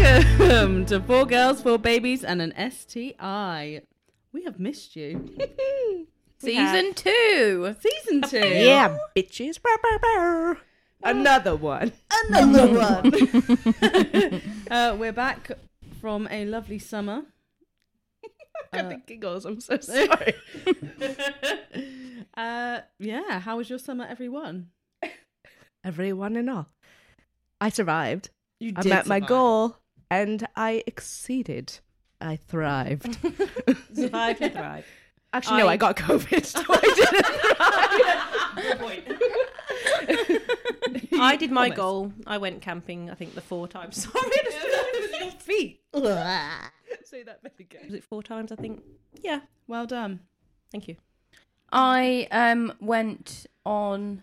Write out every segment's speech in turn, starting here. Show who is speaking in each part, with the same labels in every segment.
Speaker 1: Welcome to Four Girls, Four Babies, and an STI. We have missed you.
Speaker 2: Season two.
Speaker 1: Season two.
Speaker 3: Yeah, bitches. Brr, brr, brr.
Speaker 1: Another one.
Speaker 3: Another one.
Speaker 1: Uh, we're back from a lovely summer.
Speaker 3: Got the giggles. I'm so sorry.
Speaker 1: Uh, yeah, how was your summer, everyone?
Speaker 3: Everyone and all. I survived.
Speaker 1: You
Speaker 3: I met my goal and I exceeded. I thrived.
Speaker 4: Survive and thrive.
Speaker 3: Actually, no, I got COVID, so I didn't.
Speaker 4: I did my goal. I went camping. I think the four times. Sorry, your feet.
Speaker 3: Say that bit again.
Speaker 4: Was it four times? I think. Yeah.
Speaker 1: Well done.
Speaker 4: Thank you.
Speaker 2: I um went on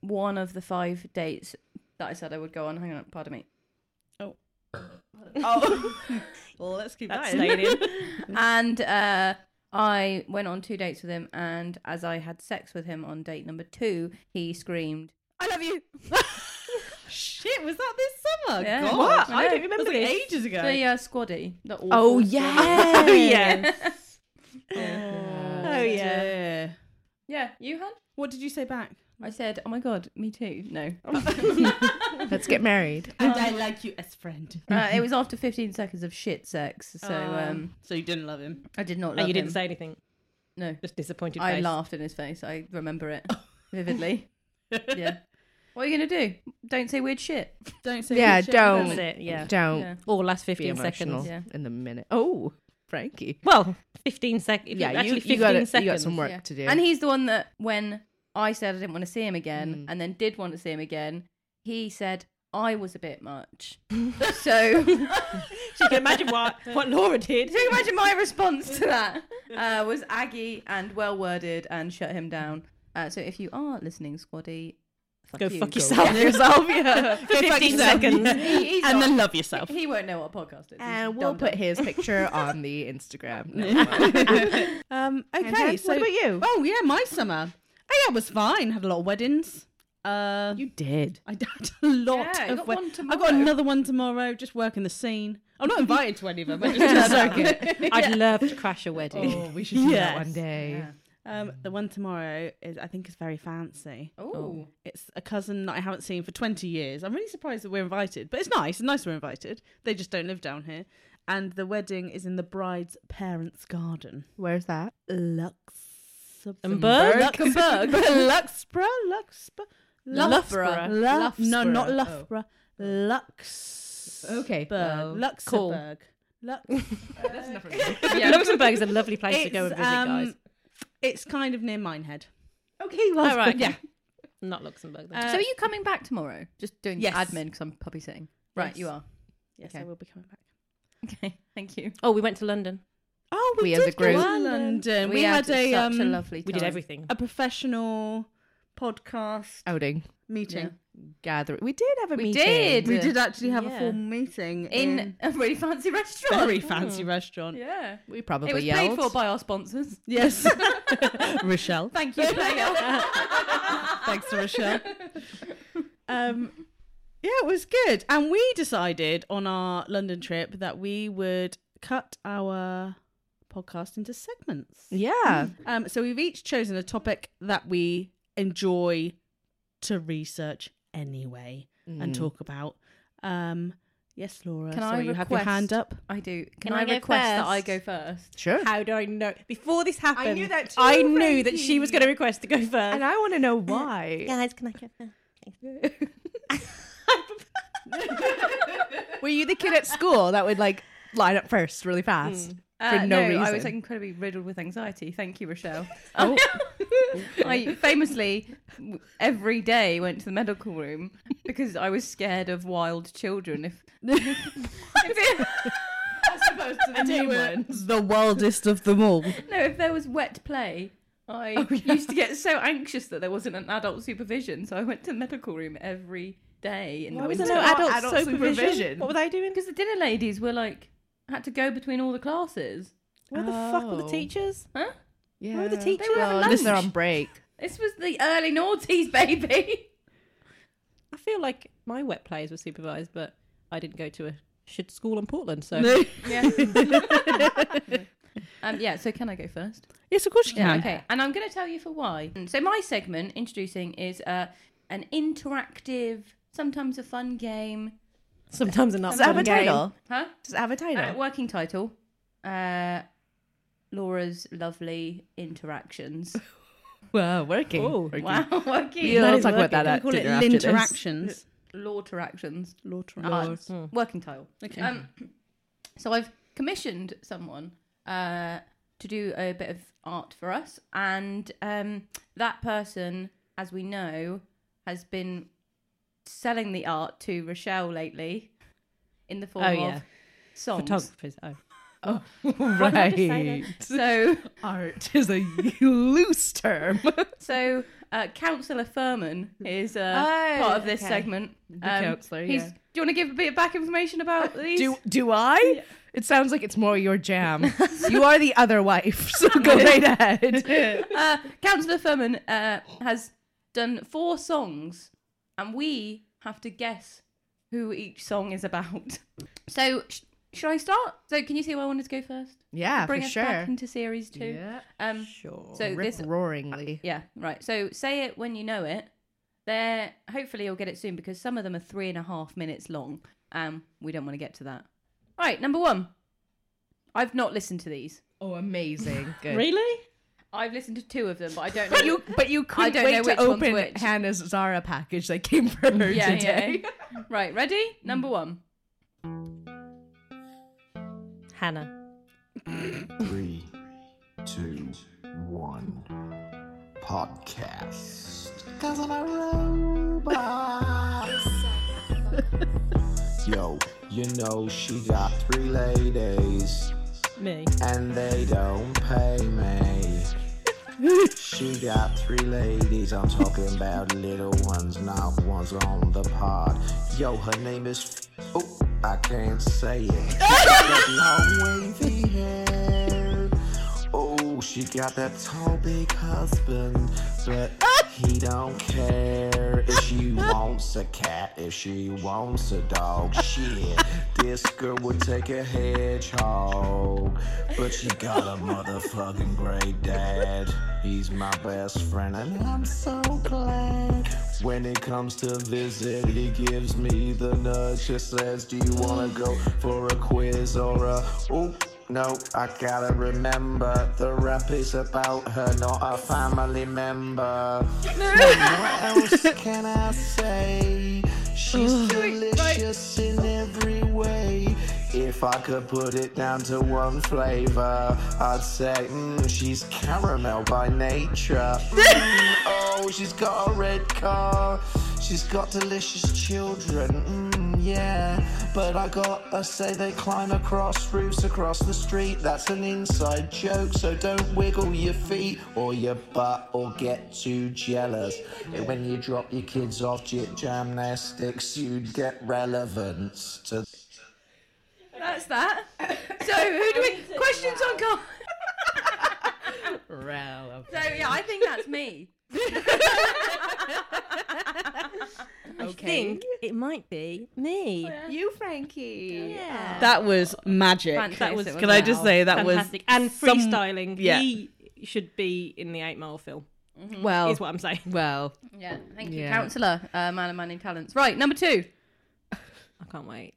Speaker 2: one of the five dates that I said I would go on. Hang on, pardon me.
Speaker 1: Well, let's keep
Speaker 4: That's
Speaker 1: that.
Speaker 4: staying in.
Speaker 2: And uh, I went on two dates with him, and as I had sex with him on date number two, he screamed, "I love you."
Speaker 1: Shit, was that this summer?
Speaker 2: Yeah.
Speaker 1: Oh, God,
Speaker 2: What?
Speaker 1: I
Speaker 2: I
Speaker 1: don't
Speaker 2: know.
Speaker 1: remember
Speaker 2: That's
Speaker 1: it
Speaker 2: like
Speaker 1: ages ago.
Speaker 2: So yeah, squaddy. The awful
Speaker 3: Oh,
Speaker 2: squaddy.
Speaker 3: yeah.
Speaker 4: Oh yeah.
Speaker 3: Uh,
Speaker 1: Yeah.
Speaker 4: Oh, yeah.
Speaker 1: Dear.
Speaker 2: yeah. You had?
Speaker 1: What did you say back?
Speaker 2: I said, "Oh my god, me too." No,
Speaker 3: Let's get married.
Speaker 1: And I like you as friend.
Speaker 2: uh, it was after 15 seconds of shit sex, so um,
Speaker 1: So you didn't love him.
Speaker 2: I did not. Love
Speaker 4: And Oh, you
Speaker 2: him.
Speaker 4: didn't say anything.
Speaker 2: no.
Speaker 4: Just disappointed.
Speaker 2: I
Speaker 4: face.
Speaker 2: laughed in his face. I remember it vividly. yeah. What are you gonna do? Don't say weird shit.
Speaker 1: Don't say
Speaker 3: Yeah,
Speaker 1: good shit.
Speaker 3: don't.
Speaker 4: That's it. Yeah.
Speaker 3: Don't
Speaker 2: Yeah.
Speaker 4: Or last
Speaker 3: be
Speaker 4: fifteen
Speaker 3: emotional
Speaker 4: seconds.
Speaker 2: Yeah.
Speaker 3: in the minute. Oh, Frankie.
Speaker 4: Well, fifteen seconds.
Speaker 3: Yeah,
Speaker 4: actually,
Speaker 3: you, you,
Speaker 4: fifteen
Speaker 3: got,
Speaker 4: seconds.
Speaker 3: you got some work
Speaker 2: Yeah.
Speaker 3: to do.
Speaker 2: And he's the one that when I said I didn't want to see him again, and then did want to see him again, he said I was a bit much. so can
Speaker 4: So you can imagine what what Laura did.
Speaker 2: you imagine my response to that uh, was aggy and well worded and shut him down. Uh, so if you are listening, Squaddy, fuck
Speaker 4: Go
Speaker 2: you.
Speaker 4: fuck yourself.
Speaker 3: yourself, yeah.
Speaker 4: For fifteen seconds.
Speaker 2: He, he's
Speaker 1: And
Speaker 2: not-
Speaker 1: then love yourself.
Speaker 2: he won't know what podcast it is.
Speaker 3: And
Speaker 2: He's
Speaker 3: we'll
Speaker 2: dumb,
Speaker 3: put
Speaker 2: dumb.
Speaker 3: his picture on the Instagram. No,
Speaker 1: Um, okay,
Speaker 3: then, what
Speaker 1: so
Speaker 3: about you?
Speaker 1: Oh yeah, my summer. Oh yeah, it was fine. Had a lot of weddings. Uh,
Speaker 3: You did.
Speaker 1: I had a lot
Speaker 2: Yeah, you
Speaker 1: of
Speaker 2: got
Speaker 1: wed-
Speaker 2: one
Speaker 1: I've got
Speaker 2: tomorrow.
Speaker 1: another one tomorrow. Just working the scene. I'm not invited to any of them. I just turned up.
Speaker 4: I'd love to crash a wedding.
Speaker 3: Oh, we should do that
Speaker 1: Yes.
Speaker 3: one day.
Speaker 1: Um, the one tomorrow is, I think, is very fancy.
Speaker 2: Oh.
Speaker 1: It's a cousin that I haven't seen for 20 years. I'm really surprised that we're invited, but it's nice. It's nice we're invited. They just don't live down here. And the wedding is in the bride's parents' garden.
Speaker 3: Where's that?
Speaker 1: Luxembourg? Luxembourg. Luxborough? Luxborough?
Speaker 2: Loughborough.
Speaker 1: Lu- no, not
Speaker 3: Loughborough.
Speaker 1: Loughborough. Lux.
Speaker 3: Okay, well, cool.
Speaker 1: Luxembourg. Lux-
Speaker 2: Yeah.
Speaker 4: Luxembourg is a lovely place to
Speaker 1: it's,
Speaker 4: go and visit, guys.
Speaker 1: um, it's kind of near Minehead.
Speaker 3: Okay, well,
Speaker 4: All right.
Speaker 1: yeah.
Speaker 4: Not Luxembourg. Then.
Speaker 2: so are you coming back tomorrow? Just doing
Speaker 1: Yes.
Speaker 2: admin because I'm puppy sitting. Right,
Speaker 1: Yes.
Speaker 2: you are.
Speaker 1: Yes, I
Speaker 2: Okay.
Speaker 1: will be coming back.
Speaker 2: Okay, thank you.
Speaker 4: oh, we went to London.
Speaker 1: Oh, we,
Speaker 3: We as
Speaker 1: did
Speaker 3: a group.
Speaker 1: go to London. We, had, a
Speaker 2: such
Speaker 1: um,
Speaker 2: a lovely. Time.
Speaker 4: We did everything.
Speaker 1: a professional podcast
Speaker 5: Oh,
Speaker 3: outing,
Speaker 1: meeting.
Speaker 3: gathering. We did have a
Speaker 2: We
Speaker 3: meeting.
Speaker 2: did.
Speaker 1: We did actually have a
Speaker 4: Yeah.
Speaker 1: formal meeting in,
Speaker 2: in a really fancy
Speaker 1: a
Speaker 2: restaurant.
Speaker 1: very fancy restaurant.
Speaker 2: Yeah,
Speaker 3: We probably
Speaker 2: it was
Speaker 3: yelled.
Speaker 2: paid for by our sponsors.
Speaker 1: Yes, Rochelle.
Speaker 2: Thank you.
Speaker 1: Thanks to Rochelle. Um, yeah, it was good, and we decided on our London trip that we would cut our podcast into segments.
Speaker 3: yeah.
Speaker 1: Um, so we've each chosen a topic that we enjoy to research anyway
Speaker 3: Mm.
Speaker 1: and talk about. Um, yes, Laura.
Speaker 2: Can I
Speaker 1: sorry, you have your
Speaker 2: request-
Speaker 1: hand up.
Speaker 2: I do.
Speaker 4: Can
Speaker 2: Can, I,
Speaker 4: I go
Speaker 2: request that I
Speaker 4: first?
Speaker 2: go first?
Speaker 3: Sure.
Speaker 4: How do I know? Before this happened,
Speaker 3: knew that too,
Speaker 4: I knew that
Speaker 3: Frankie.
Speaker 4: she was going to request to go first.
Speaker 3: And I want to know why.
Speaker 4: Guys, can I go first?
Speaker 3: Were you the kid at school that would like line up first really fast? For
Speaker 2: Uh,
Speaker 3: no
Speaker 2: I
Speaker 3: reason.
Speaker 2: was like, incredibly riddled with anxiety. Thank you, Rochelle.
Speaker 3: Oh,
Speaker 2: I famously w- every day went to the medical room because I was scared of wild children. If, if it- as opposed to the new one.
Speaker 1: the wildest of them all.
Speaker 2: No, if there was wet play, I used to get so anxious that there wasn't an adult supervision, so I went to the medical room every day in the
Speaker 3: was
Speaker 2: winter.
Speaker 3: there no adult supervision?
Speaker 4: What were they doing?
Speaker 2: Because the dinner ladies were like had to go between all the classes.
Speaker 4: Where the fuck were
Speaker 3: Oh.
Speaker 4: the teachers?
Speaker 2: Huh?
Speaker 3: yeah.
Speaker 4: were the teachers?
Speaker 3: Well, at least they're on break.
Speaker 2: This was the early noughties, baby.
Speaker 4: I feel like my wet plays were supervised, but I didn't go to a should school in Portland. So
Speaker 1: No.
Speaker 2: Yeah. um, yeah, so can I go first?
Speaker 1: yes, of course you
Speaker 2: Yeah,
Speaker 1: can.
Speaker 2: okay. And I'm going to tell you for why. So my segment introducing is uh, an interactive, sometimes a fun game.
Speaker 4: sometimes enough.
Speaker 3: Does it have a
Speaker 4: fun game.
Speaker 3: title?
Speaker 2: Huh?
Speaker 3: Does it have a
Speaker 2: Uh,
Speaker 3: title?
Speaker 2: working title. Uh, Laura's lovely interactions.
Speaker 3: Well, working.
Speaker 4: Oh,
Speaker 2: Wow, working.
Speaker 3: We'll
Speaker 1: That is
Speaker 3: talk about
Speaker 1: working.
Speaker 3: that at
Speaker 1: We call it Oh,
Speaker 3: dinner after this.
Speaker 1: interactions.
Speaker 2: Law interactions.
Speaker 1: Law.
Speaker 2: Ah, working title.
Speaker 1: Okay.
Speaker 2: Um, so I've commissioned someone uh, to do a bit of art for us, and um, that person, as we know, has been selling the art to Rochelle lately in the form
Speaker 4: Oh, yeah.
Speaker 2: of songs.
Speaker 4: Photographers. Oh.
Speaker 3: right.
Speaker 2: So,
Speaker 3: Art is a loose term.
Speaker 2: so uh, Councillor Furman is uh,
Speaker 3: Oh,
Speaker 2: part of this
Speaker 3: okay.
Speaker 2: segment. Um,
Speaker 3: The councillor,
Speaker 2: he's-
Speaker 3: yeah.
Speaker 2: Do you want to give a bit of back information about these?
Speaker 3: Do do I? It sounds like it's more your jam. you are the other wife, so go right ahead.
Speaker 2: uh, Councillor Furman uh, has done four songs, and we have to guess who each song is about. So, sh- should I start? So, can you see where I wanted to go first?
Speaker 3: yeah,
Speaker 2: Bring
Speaker 3: Ah, for
Speaker 2: us
Speaker 3: sure.
Speaker 2: back into series two. Um,
Speaker 4: Sure.
Speaker 2: so
Speaker 3: Rip
Speaker 2: this,
Speaker 3: roaringly.
Speaker 2: yeah, right. So, say it when you know it. There, hopefully, you'll get it soon because some of them are three and a half minutes long, and we don't want to get to that. All right, number one. I've not listened to these.
Speaker 3: Oh, amazing. Good.
Speaker 4: Really?
Speaker 2: I've listened to two of them, but I don't know.
Speaker 3: But you, but you couldn't
Speaker 2: don't know
Speaker 3: wait
Speaker 2: which
Speaker 3: to
Speaker 2: one's
Speaker 3: open
Speaker 2: which.
Speaker 3: Hannah's Zara package that came for her
Speaker 2: Yeah,
Speaker 3: today. Mm.
Speaker 2: yeah. Right, ready? Number one.
Speaker 4: Uh, Hannah.
Speaker 6: Three, two, one. Podcast. Cause I'm a robot. Yo, you know she got three ladies
Speaker 4: Me.
Speaker 6: and they don't pay me. She got three ladies, I'm talking about little ones, not ones on the pod. Yo, her name is. Oh, I can't say it. Got long wavy hair. Oh, she got that tall big husband, but he don't care if she wants a cat, if she wants a dog. Shit, this girl would take a hedgehog, but she got a motherfucking great dad. He's my best friend, and I'm so glad. When it comes to visit, he gives me the nudge. Just says, Do you wanna go for a quiz or a? Ooh, no, I gotta remember the rap is about her, not a family member. what else can I say? She's delicious in every way. If I could put it down to one flavor, I'd say mm, she's caramel by nature. Mm, oh, she's got a red car. She's got delicious children. Mm, yeah, but I gotta say they climb across roofs across the street. That's an inside joke, so don't wiggle your feet or your butt or get too jealous. When you drop your kids off to your gymnastics, you'd get relevance to.
Speaker 2: That's that. So who do we questions on card? So yeah, I think that's me.
Speaker 4: I think it might be me.
Speaker 2: You, Frankie. Yeah.
Speaker 1: That was magic.
Speaker 2: Fantastic,
Speaker 1: That was.
Speaker 2: it Uh, was
Speaker 1: Can I just
Speaker 2: well.
Speaker 1: say that
Speaker 4: Fantastic. and
Speaker 1: some-
Speaker 4: freestyling.
Speaker 1: yeah.
Speaker 4: He should be in the Eight Mile film,
Speaker 3: Well,
Speaker 4: is what I'm saying.
Speaker 3: well,
Speaker 2: Yeah. Thank you,
Speaker 3: Yeah.
Speaker 2: counsellor. Uh, man of manning talents. Right, number two.
Speaker 4: I can't wait.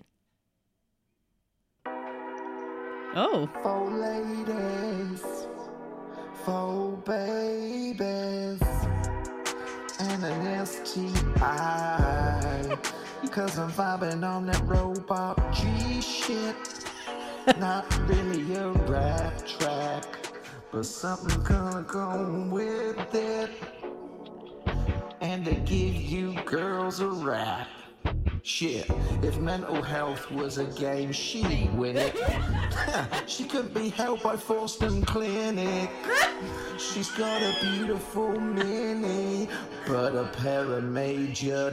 Speaker 1: was? Oh,
Speaker 6: Four ladies, four babies, and an STI. Cause I'm vibing on that robot G shit. Not really a rap track, but something gonna go with it. And to give you girls a rap. Shit, if mental health was a game, she'd win it. she could be held by Forston Clinic. She's got a beautiful mini, but a pair of major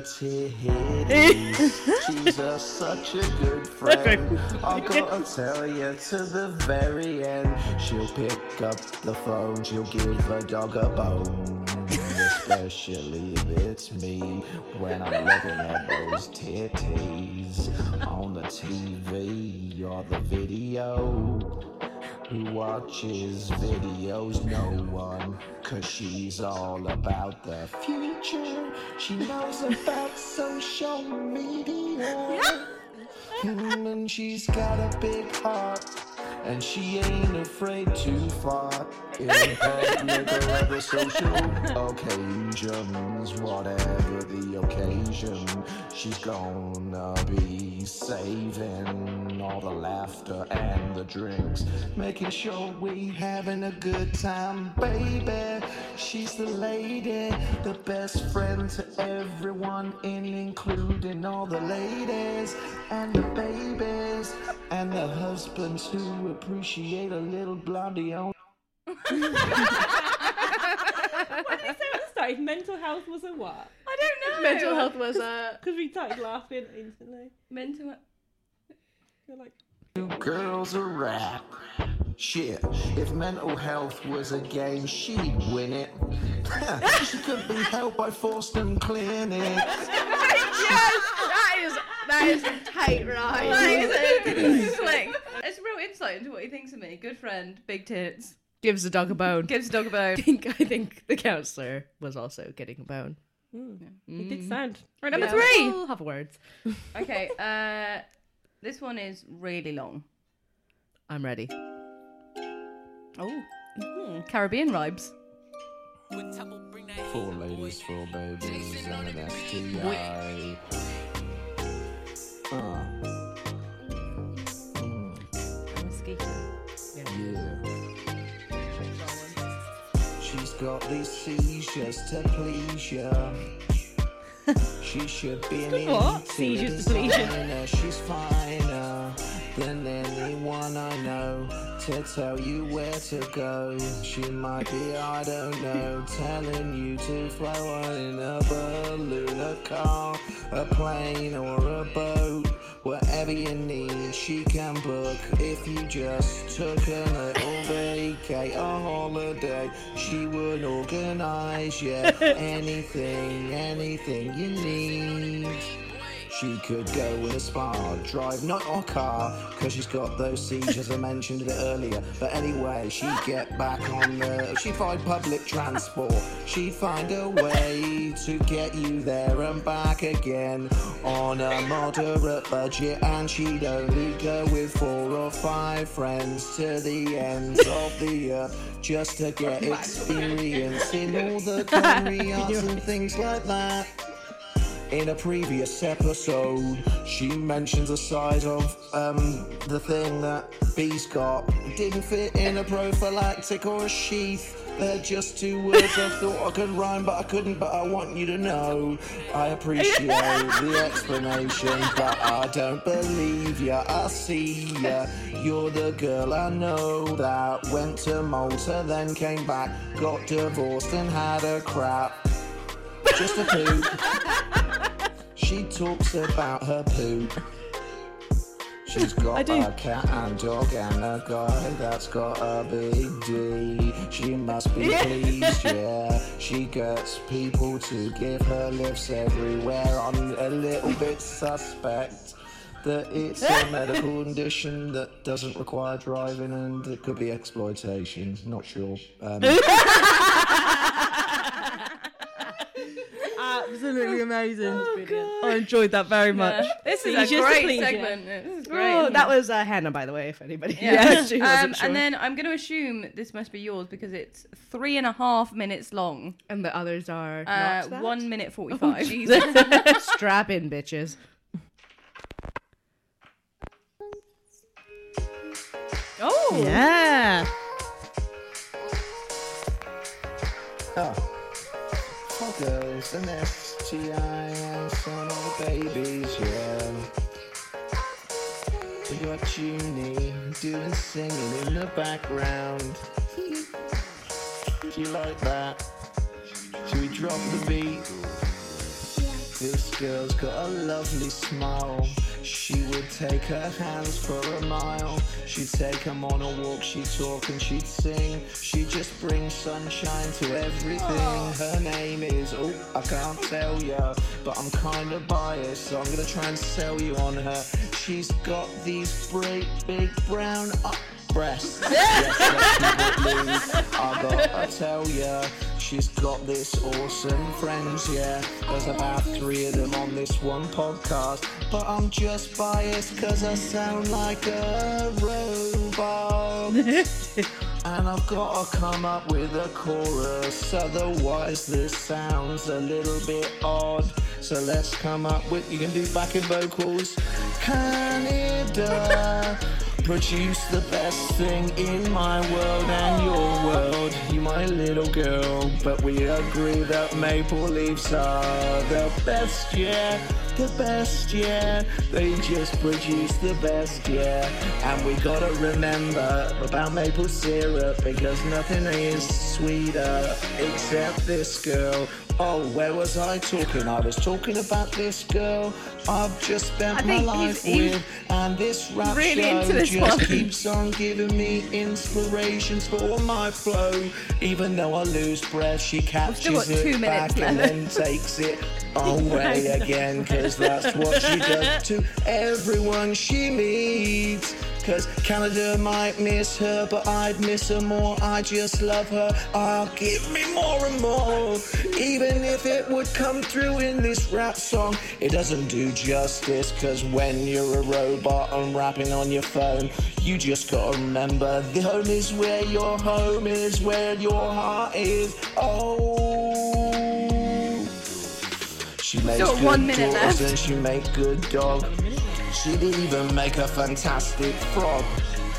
Speaker 6: titties. She's a, such a good friend. I gotta tell you to the very end. She'll pick up the phone, she'll give a dog a bone. This especially if it's me when I'm looking at those titties on the TV or the video. Who watches videos? No one, cause she's all about the future. She knows about social media. Mm, and she's got a big heart. And she ain't afraid to fart in public or other social occasions. Whatever the occasion, she's gonna be saving all the laughter and the drinks. Making sure we having a good time, baby. She's the lady, the best friend to everyone, in including all the ladies and the babies and the husbands who appreciate a little blondie on.
Speaker 4: started mental health was a what?
Speaker 2: I don't know.
Speaker 5: Mental health was a.
Speaker 4: Because we started laughing instantly.
Speaker 2: Mental.
Speaker 4: You're like,
Speaker 6: Girls are rap. Shit, if mental health was a game, she'd win it. she could be helped by Forston Clinic.
Speaker 5: that is that is a tight ride.
Speaker 2: it's like it's real insight into what he thinks of me. Good friend, big tits,
Speaker 3: Gives the dog a bone.
Speaker 2: gives dog a bone.
Speaker 3: I think I think the counselor was also getting a bone.
Speaker 4: it
Speaker 3: Mm.
Speaker 4: did sound.
Speaker 2: Right, number
Speaker 3: Yeah,
Speaker 2: three.
Speaker 3: we'll have words.
Speaker 2: Okay, uh, this one is really long.
Speaker 3: I'm ready.
Speaker 2: Oh, Caribbean vibes.
Speaker 6: Four ladies, four babies, and an STI. Uh. Mm, yeah. She's got these seizures to please ya. She should be an
Speaker 4: What?
Speaker 6: interior
Speaker 4: Seizures to please ya.
Speaker 6: designer. She's finer than anyone I know to tell you where to go. She might be, I don't know, telling you to fly one in a balloon, a car, a plane, or a boat. Whatever you need, she can book. If you just took a little vacay, a holiday, she would organize you anything, anything you need. She could go in a spa, drive not a car, because she's got those seizures. I mentioned it earlier. But anyway, she'd get back on the. She'd find public transport. She'd find a way to get you there and back again on a moderate budget. And she'd only go with four or five friends to the ends of the earth just to get experience in all the culinary arts and things like that. In a previous episode, she mentions the size of um, the thing that Bee's got. Didn't fit in a prophylactic or a sheath. They're just two words I thought I could rhyme, but I couldn't. But I want you to know I appreciate the explanation, but I don't believe ya. I see ya. You're the girl I know that went to Malta, then came back, got divorced, and had a crap. Just a poop. She talks about her poop. She's got a cat and dog and a guy that's got a big D. She must be pleased, yeah. She gets people to give her lifts everywhere. I'm a little bit suspect that it's a medical condition that doesn't require driving and it could be exploitation. Not sure. Um,
Speaker 1: Absolutely
Speaker 3: Oh,
Speaker 1: amazing. I enjoyed that very much.
Speaker 2: This
Speaker 4: is a great
Speaker 2: segment. This is great.
Speaker 3: Oh, that was uh, Hannah, by the way, if anybody.
Speaker 2: Yeah.
Speaker 3: she wasn't
Speaker 2: um,
Speaker 3: sure.
Speaker 2: and then I'm going to assume this must be yours because it's three and a half minutes long.
Speaker 3: And the others are
Speaker 2: Uh,
Speaker 3: not that.
Speaker 2: one minute forty-five.
Speaker 3: Strap in, bitches.
Speaker 2: oh,
Speaker 1: Yeah.
Speaker 6: Oh. Four girls, an STI, and some other babies, yeah. We got Junie doing singing in the background. Do you like that? Should we drop the beat? This girl's got a lovely smile. She would take her hands for a mile. She'd take 'em on a walk, she'd talk and she'd sing. She just brings sunshine to everything. Her name is, oh, I can't tell ya, but I'm kinda biased, so I'm gonna try and sell you on her. She's got these great big brown up breasts. Yes, that's what it is. I gotta tell ya, she's got this awesome friends, yeah. There's about three of them on this one podcast. But I'm just biased cause I sound like a robot. and I've gotta come up with a chorus, otherwise this sounds a little bit odd. So let's come up with you can do backing vocals. Canada produce the best thing in my world and your world. You my little girl, but we agree that maple leaves are the best, yeah, the best, yeah. They just produce the best, yeah. And we gotta remember about maple syrup because nothing is sweeter except this girl. Oh, where was I talking? I was talking about this girl. I've just spent
Speaker 2: I
Speaker 6: my
Speaker 2: think he's-
Speaker 6: life
Speaker 2: he's
Speaker 6: with, and this rap
Speaker 2: really
Speaker 6: show
Speaker 2: into this one.
Speaker 6: just keeps on giving me inspirations for my flow. Even though I lose breath, she
Speaker 2: still
Speaker 6: catches
Speaker 2: got two
Speaker 6: it
Speaker 2: minutes
Speaker 6: back and
Speaker 2: left.
Speaker 6: then takes it away again. Cause that's what she does to everyone she meets. Cause Canada might miss her, but I'd miss her more. I just love her. I'll give me more and more. Even if it would come through in this rap song, it doesn't do justice. Cause when you're a robot and rapping on your phone, you just gotta remember the home is where your home is, where your heart is. Oh. She makes
Speaker 2: got
Speaker 6: good
Speaker 2: one minute left.
Speaker 6: daughters and she make good dog. She'd even make a fantastic frog.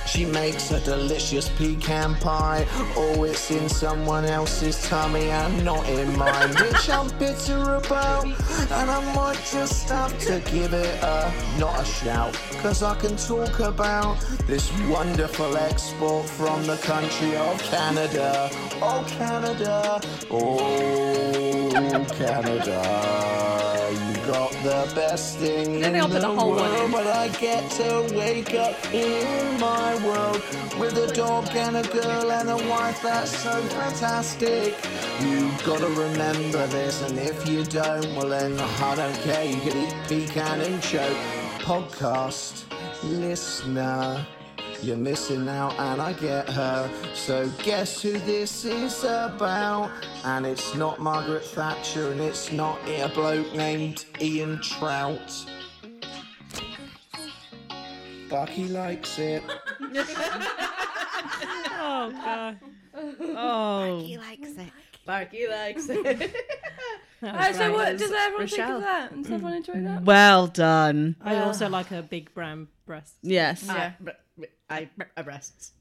Speaker 6: She makes a delicious pecan pie. Oh, it's in someone else's tummy and not in mine, which I'm bitter about. And I might just have to give it a not a shout, cause I can talk about this wonderful export from the country of Canada. Oh, Canada. Oh, Canada. You got the best thing
Speaker 2: then they
Speaker 6: in
Speaker 2: all put the
Speaker 6: the
Speaker 2: whole one in.
Speaker 6: world, but I get to wake up in my world with a dog and a girl and a wife that's so fantastic. You gotta remember this, and if you don't, well then I don't care. You can eat pecan and choke. Podcast listener. You're missing out, and I get her. So, guess who this is about? And it's not Margaret Thatcher, and it's not a bloke named Ian Trout. Bucky likes it.
Speaker 1: Oh god. Oh.
Speaker 5: Barky likes it.
Speaker 2: so what does everyone think
Speaker 5: Rochelle.
Speaker 2: of that? Does everyone enjoy that?
Speaker 1: Well done.
Speaker 4: I also like her big brown breasts.
Speaker 1: Yes.
Speaker 3: Uh,
Speaker 5: yeah. I, I breasts.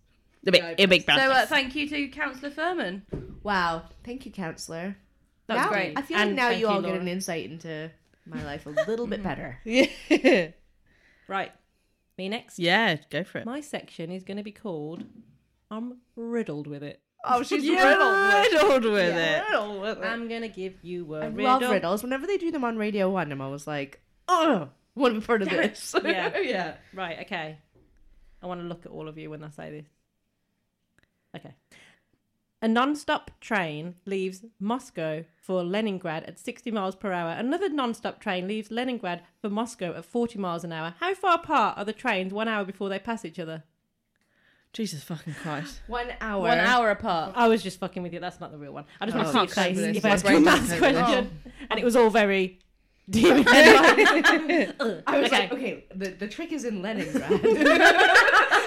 Speaker 1: the big, the big
Speaker 2: So
Speaker 1: brown.
Speaker 2: uh, thank you to Councillor Furman.
Speaker 5: Wow. Thank you, counsellor.
Speaker 2: That was
Speaker 5: Now-
Speaker 2: great.
Speaker 5: I feel like
Speaker 4: And
Speaker 5: now
Speaker 4: thank
Speaker 5: you
Speaker 4: you,
Speaker 5: all get
Speaker 4: Laura.
Speaker 5: an insight into my life a little bit better.
Speaker 1: yeah.
Speaker 4: Right. Me next.
Speaker 1: yeah, go for it.
Speaker 4: My section is going to be called I'm riddled with it.
Speaker 5: Oh, she's
Speaker 1: You're riddled with it.
Speaker 4: I'm going to give you a
Speaker 5: I
Speaker 4: riddle.
Speaker 5: love riddles. Whenever they do them on Radio One, I'm always like, oh, want to be part of this?
Speaker 4: Yeah.
Speaker 5: yeah.
Speaker 4: Right, okay. I want to look at all of you when I say this. Okay. A non stop train leaves Moscow for Leningrad at 60 miles per hour. Another non stop train leaves Leningrad for Moscow at 40 miles an hour. How far apart are the trains one hour before they pass each other?
Speaker 1: Jesus fucking Christ.
Speaker 5: One hour.
Speaker 2: One hour apart.
Speaker 4: I was just fucking with you. That's not the real one. I just want
Speaker 1: I
Speaker 4: to see your
Speaker 1: Oh, can't cope
Speaker 4: face
Speaker 1: with this. Oh.
Speaker 4: if I ask
Speaker 1: My
Speaker 4: you a
Speaker 1: brain
Speaker 4: maths
Speaker 1: doesn't cope with
Speaker 4: question. And it was all very. okay.
Speaker 5: I was like, okay, the, the trick is in Leningrad.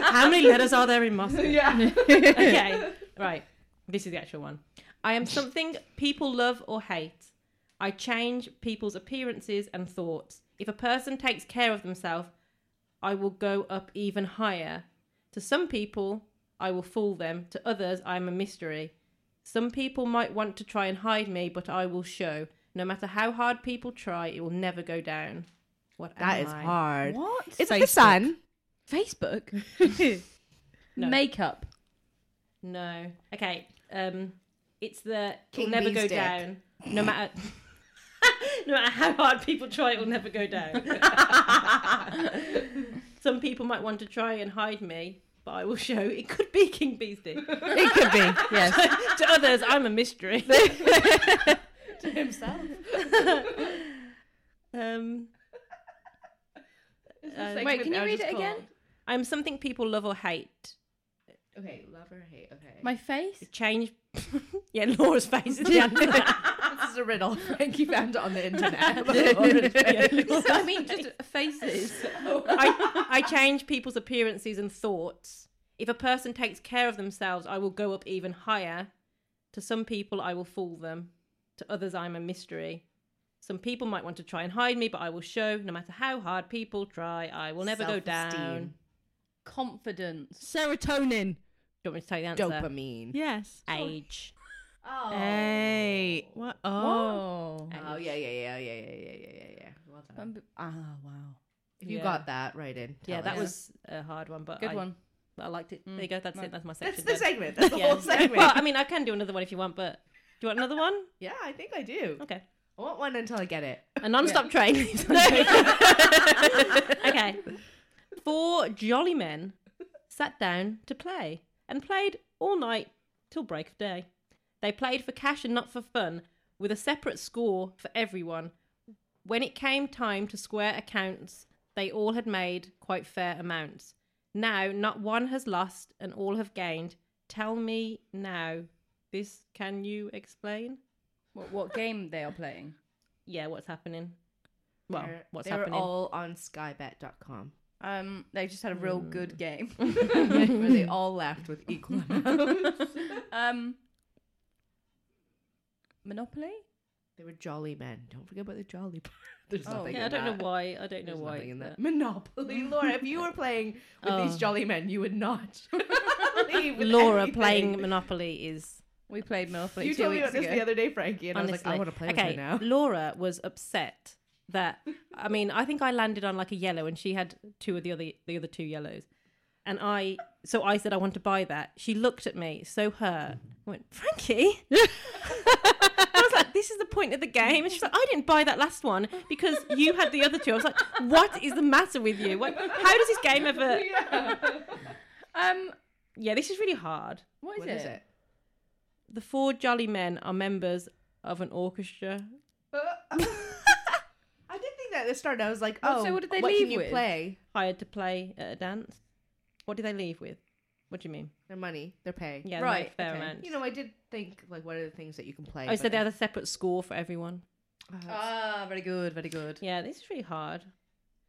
Speaker 4: How many letters are there in Moscow? Yeah. okay. Right. This is the actual one. I am something people love or hate. I change people's appearances and thoughts. If a person takes care of themselves, I will go up even higher. To some people, I will fool them. To others, I am a mystery. Some people might want to try and hide me, but I will show. No matter how hard people try, it will never go down. What
Speaker 5: that
Speaker 4: am
Speaker 5: is
Speaker 4: I?
Speaker 5: hard.
Speaker 1: What?
Speaker 5: Is it the sun?
Speaker 2: Facebook?
Speaker 4: No.
Speaker 2: Makeup.
Speaker 4: No. Okay. Um, it's the
Speaker 5: King
Speaker 4: it'll never
Speaker 5: Bee's
Speaker 4: go
Speaker 5: dick.
Speaker 4: down. No matter. no matter how hard people try, it will never go down. Some people might want to try and hide me, but I will show it could be King Bee's dick.
Speaker 2: It could be, yes.
Speaker 4: to others, I'm a mystery.
Speaker 5: to himself.
Speaker 4: um, uh,
Speaker 2: Wait, can you read it again?
Speaker 4: I'm something people love or hate.
Speaker 5: Okay, love or hate. Okay.
Speaker 2: My face?
Speaker 4: Change. yeah, Laura's face is the answer.
Speaker 5: this is a riddle. Frankie found it on the internet.
Speaker 2: I mean, just faces.
Speaker 4: I, I change people's appearances and thoughts. If a person takes care of themselves, I will go up even higher. To some people, I will fool them. To others, I'm a mystery. Some people might want to try and hide me, but I will show. No matter how hard people try, I will never go down.
Speaker 2: Confidence.
Speaker 1: Serotonin.
Speaker 4: Do you want me to take the answer?
Speaker 3: Dopamine.
Speaker 1: Yes.
Speaker 4: Age.
Speaker 5: oh.
Speaker 1: Hey. What? Oh.
Speaker 5: Oh yeah, yeah, yeah, yeah, yeah, yeah, yeah, yeah, yeah. Well done.
Speaker 2: Ah, wow.
Speaker 5: If you
Speaker 4: Yeah.
Speaker 5: got that, right in.
Speaker 4: Yeah,
Speaker 5: tell
Speaker 4: that
Speaker 5: us.
Speaker 4: was a hard one, but
Speaker 2: Good
Speaker 4: I,
Speaker 2: one. Mm.
Speaker 4: but I liked it. There you go. That's it. That's my
Speaker 5: That's
Speaker 4: section.
Speaker 5: the
Speaker 4: done.
Speaker 5: segment. That's the
Speaker 4: Yeah.
Speaker 5: whole segment.
Speaker 4: Well, I mean, I can do another one if you want, but do you want another one?
Speaker 5: yeah, I think I do.
Speaker 4: Okay.
Speaker 5: I want one until I get it.
Speaker 4: A non-stop train. leaves on time. okay. Four jolly men sat down to play and played all night till break of day. They played for cash and not for fun, with a separate score for everyone. When it came time to square accounts, they all had made quite fair amounts. Now, not one has lost and all have gained. Tell me now, this can you explain?
Speaker 2: What, what game they are playing?
Speaker 4: Yeah, what's happening? Well,
Speaker 5: They're-
Speaker 4: what's
Speaker 5: they're
Speaker 4: happening?
Speaker 5: all on skybet.com.
Speaker 2: Um, they just had a real good game.
Speaker 5: where they all left with equal amounts.
Speaker 2: um, Monopoly.
Speaker 5: they were jolly men. Don't forget about the jolly part. There's
Speaker 2: Oh.
Speaker 5: nothing.
Speaker 4: Yeah, I
Speaker 5: in
Speaker 4: don't
Speaker 5: that.
Speaker 4: know why. I don't know
Speaker 5: There's
Speaker 4: why.
Speaker 5: nothing in that.
Speaker 4: but-
Speaker 5: Monopoly, Laura. If you were playing with these
Speaker 4: Oh.
Speaker 5: jolly men, you would not leave with
Speaker 4: Laura
Speaker 5: anything.
Speaker 4: playing Monopoly is
Speaker 2: We played Monopoly
Speaker 5: You
Speaker 2: two
Speaker 5: told me
Speaker 2: weeks
Speaker 5: about this
Speaker 2: ago.
Speaker 5: the other day, Frankie, and I
Speaker 4: honestly.
Speaker 5: was like, I want to play
Speaker 4: okay,
Speaker 5: with her now.
Speaker 4: Laura was upset that I mean, I think I landed on like a yellow, and she had two of the other the other two yellows, and I so I said I want to buy that. She looked at me so hurt. I went, Frankie. I was like, this is the point of the game. And she's like, I didn't buy that last one because you had the other two. I was like, what is the matter with you? What, how does this game ever.
Speaker 2: Um,
Speaker 4: Yeah, this is really hard.
Speaker 2: what is,
Speaker 5: What
Speaker 2: it?
Speaker 5: is it?
Speaker 4: The four jolly men are members of an orchestra.
Speaker 5: I did think that at the start. I was like,
Speaker 2: Well,
Speaker 5: oh,
Speaker 2: so what did they
Speaker 5: what
Speaker 2: leave
Speaker 5: can you
Speaker 2: with?
Speaker 5: play?
Speaker 4: hired to play at a dance. What do they leave with? What do you mean?
Speaker 5: Their money, their pay.
Speaker 4: Yeah,
Speaker 2: Right,
Speaker 4: right. Fair
Speaker 2: okay.
Speaker 4: amount.
Speaker 5: You know, I did think, like, what are the things that you can play?
Speaker 4: oh, so
Speaker 5: but
Speaker 4: they
Speaker 5: I-
Speaker 4: had a separate score for everyone.
Speaker 5: Oh, that's-
Speaker 2: Ah, very good, very good.
Speaker 4: Yeah, this is really hard.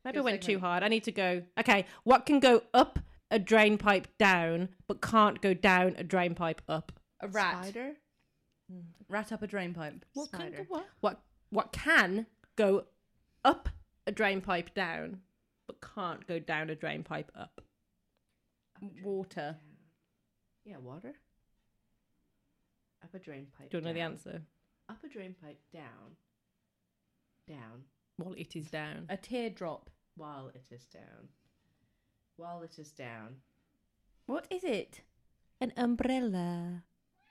Speaker 4: Maybe I
Speaker 2: Good
Speaker 4: went too
Speaker 2: segment.
Speaker 4: hard. I need to go. Okay, what can go up a drain pipe down, but can't go down a drain pipe up?
Speaker 2: A rat,
Speaker 5: Spider?
Speaker 2: rat up a drain pipe.
Speaker 4: What can
Speaker 5: Spider.
Speaker 4: go what? What what can go up a drain pipe down, but can't go down a drain pipe up?
Speaker 2: Water.
Speaker 5: Yeah, water. Up a drain pipe.
Speaker 4: Do you know the
Speaker 5: down.
Speaker 4: answer?
Speaker 5: Up a drain pipe, down. Down.
Speaker 4: Well, it is down.
Speaker 2: A teardrop.
Speaker 5: While it is down. While it is down.
Speaker 2: What is it?
Speaker 4: An umbrella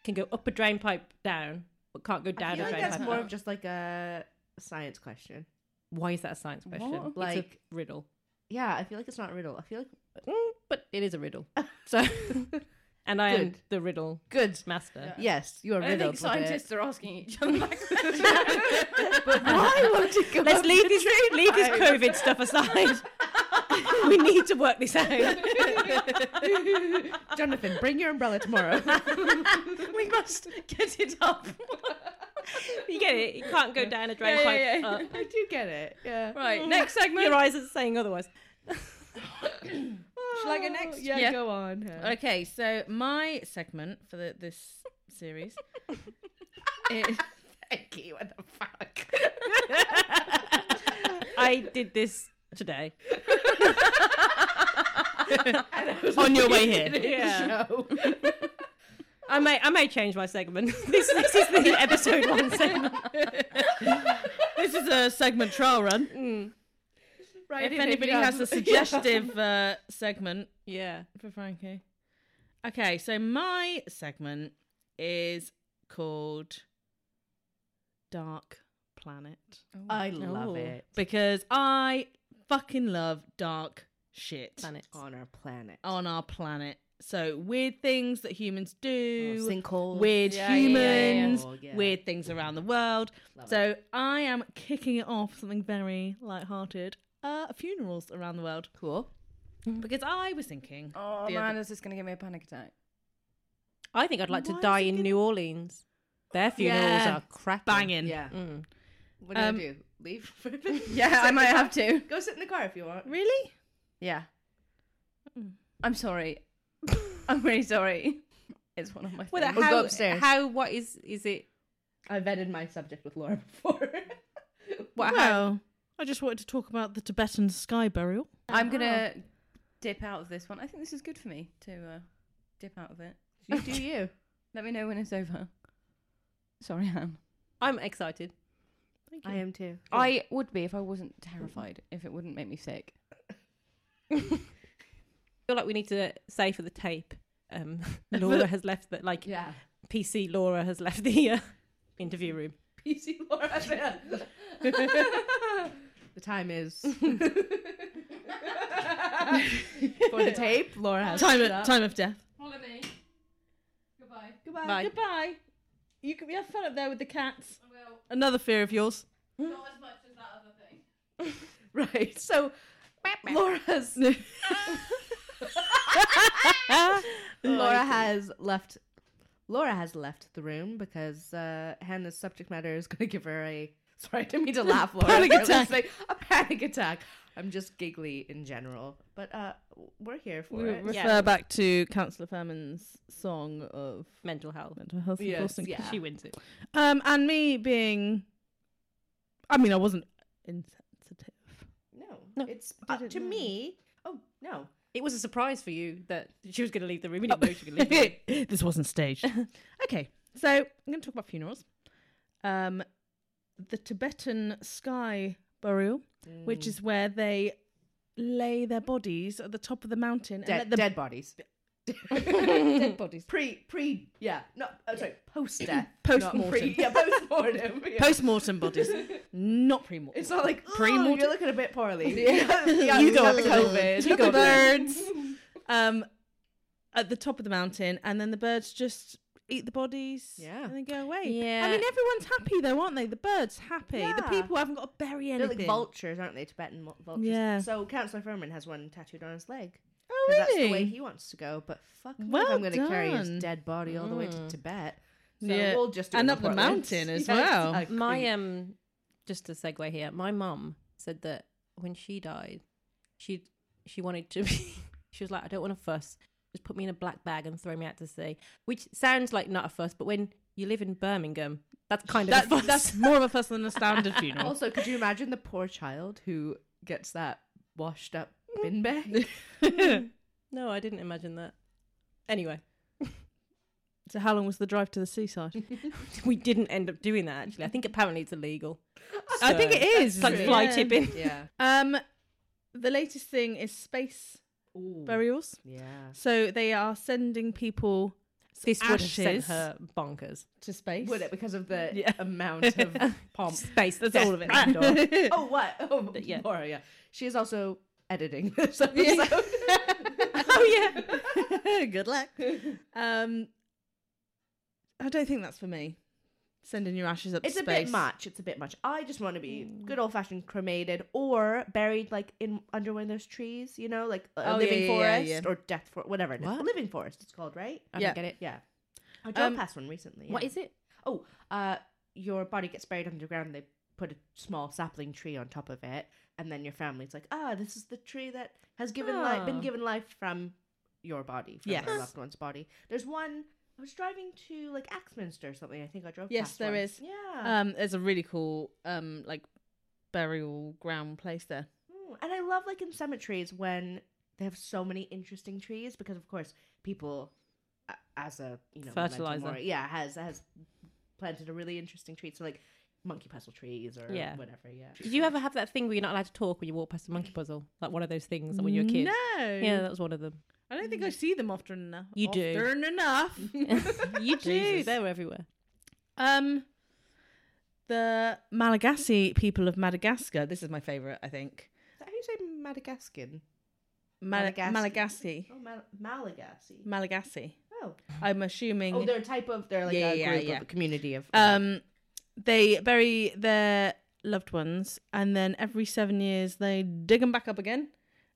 Speaker 4: can go up a drain pipe down, but can't go down
Speaker 5: I
Speaker 4: a
Speaker 5: feel
Speaker 4: drain
Speaker 5: like
Speaker 4: pipe.
Speaker 5: that's
Speaker 4: up.
Speaker 5: more of just like a science question.
Speaker 4: Why is that a science question?
Speaker 2: What?
Speaker 4: It's a
Speaker 5: Like-
Speaker 4: riddle.
Speaker 5: Yeah, I feel like it's not a riddle. I feel like
Speaker 4: Mm, but it is a riddle. So, and I am
Speaker 5: Good.
Speaker 4: the riddle
Speaker 5: good.
Speaker 4: master.
Speaker 5: Yes, you are
Speaker 2: I don't
Speaker 5: riddled.
Speaker 2: think
Speaker 5: with it.
Speaker 2: scientists are asking each other that question.
Speaker 5: Why would it go?
Speaker 4: Let's leave this leave this COVID stuff aside. we need to work this out.
Speaker 5: Jonathan, bring your umbrella tomorrow.
Speaker 2: we must get it up.
Speaker 4: You get it? You can't go down a drain
Speaker 2: Yeah,
Speaker 4: pipe. Oh.
Speaker 2: yeah, yeah.
Speaker 4: Up.
Speaker 5: I do get it. Yeah.
Speaker 2: right, next segment.
Speaker 4: Your eyes are saying otherwise.
Speaker 1: Oh.
Speaker 2: Shall I go next?
Speaker 5: Yeah,
Speaker 2: Yeah.
Speaker 5: go on. huh?
Speaker 1: Okay, so my segment for the, this series. is-
Speaker 5: Frankie, what the fuck?
Speaker 4: I did this today.
Speaker 1: on your way here.
Speaker 4: Yeah.
Speaker 5: No.
Speaker 4: I may I may change my segment. this, this is the episode one segment.
Speaker 1: This is a segment trial run.
Speaker 5: Right,
Speaker 1: If anybody has a suggestive uh, segment
Speaker 4: Yeah.
Speaker 1: for Frankie. Okay, so my segment is called Dark planet
Speaker 3: I love it.
Speaker 1: because I fucking love dark shit
Speaker 4: Planet.
Speaker 5: on our planet.
Speaker 1: on our planet. So weird things that humans do,
Speaker 3: Sinkhole.
Speaker 1: weird
Speaker 2: Yeah, yeah, yeah, yeah.
Speaker 1: humans,
Speaker 5: Oh, yeah.
Speaker 1: weird things around the world.
Speaker 5: Love
Speaker 1: so I am kicking it off something very light-hearted. Uh, funerals around the world.
Speaker 2: Cool.
Speaker 1: Because I was thinking,
Speaker 2: Oh
Speaker 1: The
Speaker 2: man,
Speaker 1: other-
Speaker 2: is this going to give me a panic attack?
Speaker 4: I think I'd like
Speaker 1: Why
Speaker 4: to
Speaker 1: is
Speaker 4: die
Speaker 1: it
Speaker 4: in
Speaker 1: good-
Speaker 4: New Orleans. Their funerals
Speaker 1: Yeah.
Speaker 4: are crap.
Speaker 1: banging.
Speaker 5: Yeah.
Speaker 4: Mm.
Speaker 5: What do
Speaker 1: Um,
Speaker 5: you do? Leave for a bit?
Speaker 2: Yeah, I might have to.
Speaker 5: Go sit in the car if you want.
Speaker 1: Really?
Speaker 2: Yeah. Mm. I'm sorry. I'm really sorry. It's one of my.
Speaker 4: Well,
Speaker 2: things.
Speaker 4: how,
Speaker 3: go upstairs.
Speaker 4: how? What is? Is it?
Speaker 5: I vetted my subject with Laura before.
Speaker 4: What? how-
Speaker 1: Well, I just wanted to talk about the Tibetan sky burial.
Speaker 2: I'm gonna dip out of this one. I think this is good for me to uh, dip out of it.
Speaker 5: you do you.
Speaker 2: Let me know when it's over. Sorry, Anne.
Speaker 4: I'm excited.
Speaker 1: Thank you.
Speaker 5: I am too.
Speaker 2: I would be if I wasn't terrified. If it wouldn't make me sick.
Speaker 4: I feel like we need to say for the tape. Um, Laura has left the like
Speaker 5: Yeah.
Speaker 4: PC. Laura has left the uh, interview room.
Speaker 5: PC Laura. the time is. for the tape, Laura has.
Speaker 1: time of time of death.
Speaker 2: Goodbye.
Speaker 5: Goodbye.
Speaker 4: Bye.
Speaker 1: Goodbye. You can have fun up there with the cats. Another fear of yours.
Speaker 2: Not as much as that other thing.
Speaker 5: Right. So, Laura's.
Speaker 1: Ah.
Speaker 5: Laura has left. Laura has left the room because uh, Hannah's subject matter is going to give her a. Sorry, I didn't mean to laugh, Laura.
Speaker 1: Panic
Speaker 5: if you're
Speaker 1: attack.
Speaker 5: listening. A panic attack. I'm just giggly in general, but uh, we're here for
Speaker 1: We
Speaker 5: it.
Speaker 1: refer
Speaker 4: Yeah.
Speaker 1: back to Councillor Furman's song of
Speaker 4: Mental health.
Speaker 1: mental health
Speaker 5: Yes,
Speaker 1: enforcement.
Speaker 5: yeah.
Speaker 4: She wins it.
Speaker 1: Um, and me being, I mean, I wasn't insensitive.
Speaker 5: No,
Speaker 4: No,
Speaker 5: it's
Speaker 4: you
Speaker 5: up
Speaker 4: didn't
Speaker 5: to
Speaker 4: know.
Speaker 5: me. Oh no, Oh.
Speaker 4: It was a surprise for you that she was going to leave the room. You didn't know she was going to leave. The room.
Speaker 1: this wasn't staged. okay, so I'm going to talk about funerals. Um, the Tibetan sky burial,
Speaker 5: Mm.
Speaker 1: which is where they lay their bodies at the top of the mountain and
Speaker 5: dead,
Speaker 1: let the
Speaker 5: dead bodies.
Speaker 1: dead bodies
Speaker 5: Pre, pre, yeah, no, oh, sorry, post death,
Speaker 1: Post-mortem.
Speaker 5: yeah, post mortem. Yeah.
Speaker 1: post-mortem bodies not pre-mortem
Speaker 5: It's not like pre-mortem.
Speaker 1: Pre-mortem.
Speaker 5: You're looking a bit poorly. Yeah, yeah, you
Speaker 1: got
Speaker 5: got
Speaker 1: the-
Speaker 5: COVID.
Speaker 1: you got the birds um at the top of the mountain and then the birds just eat the bodies
Speaker 5: Yeah.
Speaker 1: and then go away
Speaker 4: Yeah.
Speaker 1: i mean everyone's happy though aren't they the birds happy the
Speaker 5: Yeah.
Speaker 1: people haven't got to bury
Speaker 5: They're
Speaker 1: anything
Speaker 5: like vultures, aren't they? Tibetan mul- vultures.
Speaker 1: Yeah.
Speaker 5: So Councillor Furman has one tattooed on his leg.
Speaker 1: oh
Speaker 5: 'Cause That's the way
Speaker 1: really
Speaker 5: he wants to go. But fuck, me if
Speaker 1: Well
Speaker 5: I'm going to carry his
Speaker 1: done. Mm.
Speaker 5: dead body all the way to Tibet. So
Speaker 1: Yeah.
Speaker 5: we'll just do
Speaker 1: And
Speaker 5: it in
Speaker 1: up the
Speaker 5: Portland.
Speaker 1: mountain as
Speaker 5: Yeah,
Speaker 1: well.
Speaker 5: exactly.
Speaker 4: My um, just a segue here. My mum said that when she died, she she wanted to be. She was like, I don't want to fuss. Just put me in a black bag and throw me out to sea. Which sounds like not a fuss, but when you live in Birmingham, that's kind of a
Speaker 1: that,
Speaker 4: fuss.
Speaker 1: that's more of a fuss than a standard funeral
Speaker 5: Also, could you imagine the poor child who gets that washed up bin bag?
Speaker 4: No, I didn't imagine that. Anyway,
Speaker 1: so how long was the drive to the seaside
Speaker 4: we didn't end up doing that. Actually, I think apparently it's illegal.
Speaker 1: i think
Speaker 4: So,
Speaker 1: it is
Speaker 4: It's like
Speaker 1: isn't it?
Speaker 4: fly
Speaker 1: Yeah.
Speaker 4: tipping.
Speaker 5: yeah.
Speaker 1: um the latest thing is space burials
Speaker 5: Yeah.
Speaker 1: so they are sending people
Speaker 4: This would have sent
Speaker 1: Ashes.
Speaker 4: her bonkers.
Speaker 1: to space
Speaker 5: Would it because of the
Speaker 1: Yeah.
Speaker 5: amount of pomp?
Speaker 4: Space. That's all of it.
Speaker 5: oh, what? Oh,
Speaker 4: But yeah.
Speaker 5: Laura, yeah. She is also editing this
Speaker 1: Yeah.
Speaker 5: episode.
Speaker 1: oh yeah. Good luck. Um, I don't think that's for me. Sending your ashes up
Speaker 5: It's
Speaker 1: to
Speaker 5: a
Speaker 1: space.
Speaker 5: bit much. It's a bit much. I just want to be good old fashioned cremated or buried like in under one of those trees, you know, like a
Speaker 1: Oh,
Speaker 5: living
Speaker 1: yeah, yeah, yeah,
Speaker 5: forest
Speaker 1: yeah.
Speaker 5: or death for whatever. it is.
Speaker 4: What?
Speaker 5: Living forest, it's called, right?
Speaker 4: I
Speaker 1: Yeah.
Speaker 4: don't get it.
Speaker 5: Yeah. I drove
Speaker 1: Um,
Speaker 5: past one recently.
Speaker 4: What
Speaker 5: yeah.
Speaker 4: is it?
Speaker 5: Oh, uh, your body gets buried underground. They put a small sapling tree on top of it, and then your family's like, "Ah, this is the tree that has given life, been
Speaker 4: Ah.
Speaker 5: given life from your body, from
Speaker 1: Yes.
Speaker 5: your loved one's body." There's one. I was driving to like Axminster or something. I think I drove.
Speaker 1: Yes,
Speaker 5: past
Speaker 1: there
Speaker 5: one.
Speaker 1: is.
Speaker 5: Yeah,
Speaker 1: Um, there's a really cool um like burial ground place there.
Speaker 5: Mm, and I love like in cemeteries when they have so many interesting trees because, of course, people a- as a you know memento
Speaker 4: Fertilizer.
Speaker 5: mori- yeah, has has planted a really interesting tree. So like monkey puzzle trees or
Speaker 4: Yeah.
Speaker 5: whatever. Yeah.
Speaker 4: Did you ever have that thing where you're not allowed to talk when you walk past a monkey puzzle? Like one of those things when you were a kid?
Speaker 1: No.
Speaker 4: Yeah, that was one of them.
Speaker 1: I don't think I see them often enough.
Speaker 4: You do.
Speaker 1: Often enough.
Speaker 4: you do.
Speaker 1: Jesus.
Speaker 4: They were everywhere.
Speaker 1: um the Malagasy people of Madagascar. This is my favorite, I think.
Speaker 5: How do you say Madagascan?
Speaker 1: Mal-
Speaker 5: Malagasy.
Speaker 1: Malagasy.
Speaker 5: Oh, Mal- Malagasy.
Speaker 1: Malagasy.
Speaker 5: Oh.
Speaker 1: I'm assuming.
Speaker 5: Oh, they're a type of, they're like
Speaker 1: Yeah,
Speaker 5: a
Speaker 1: yeah,
Speaker 5: group
Speaker 1: yeah.
Speaker 5: of a community of.
Speaker 1: um they bury their loved ones and then every seven years they dig them back up again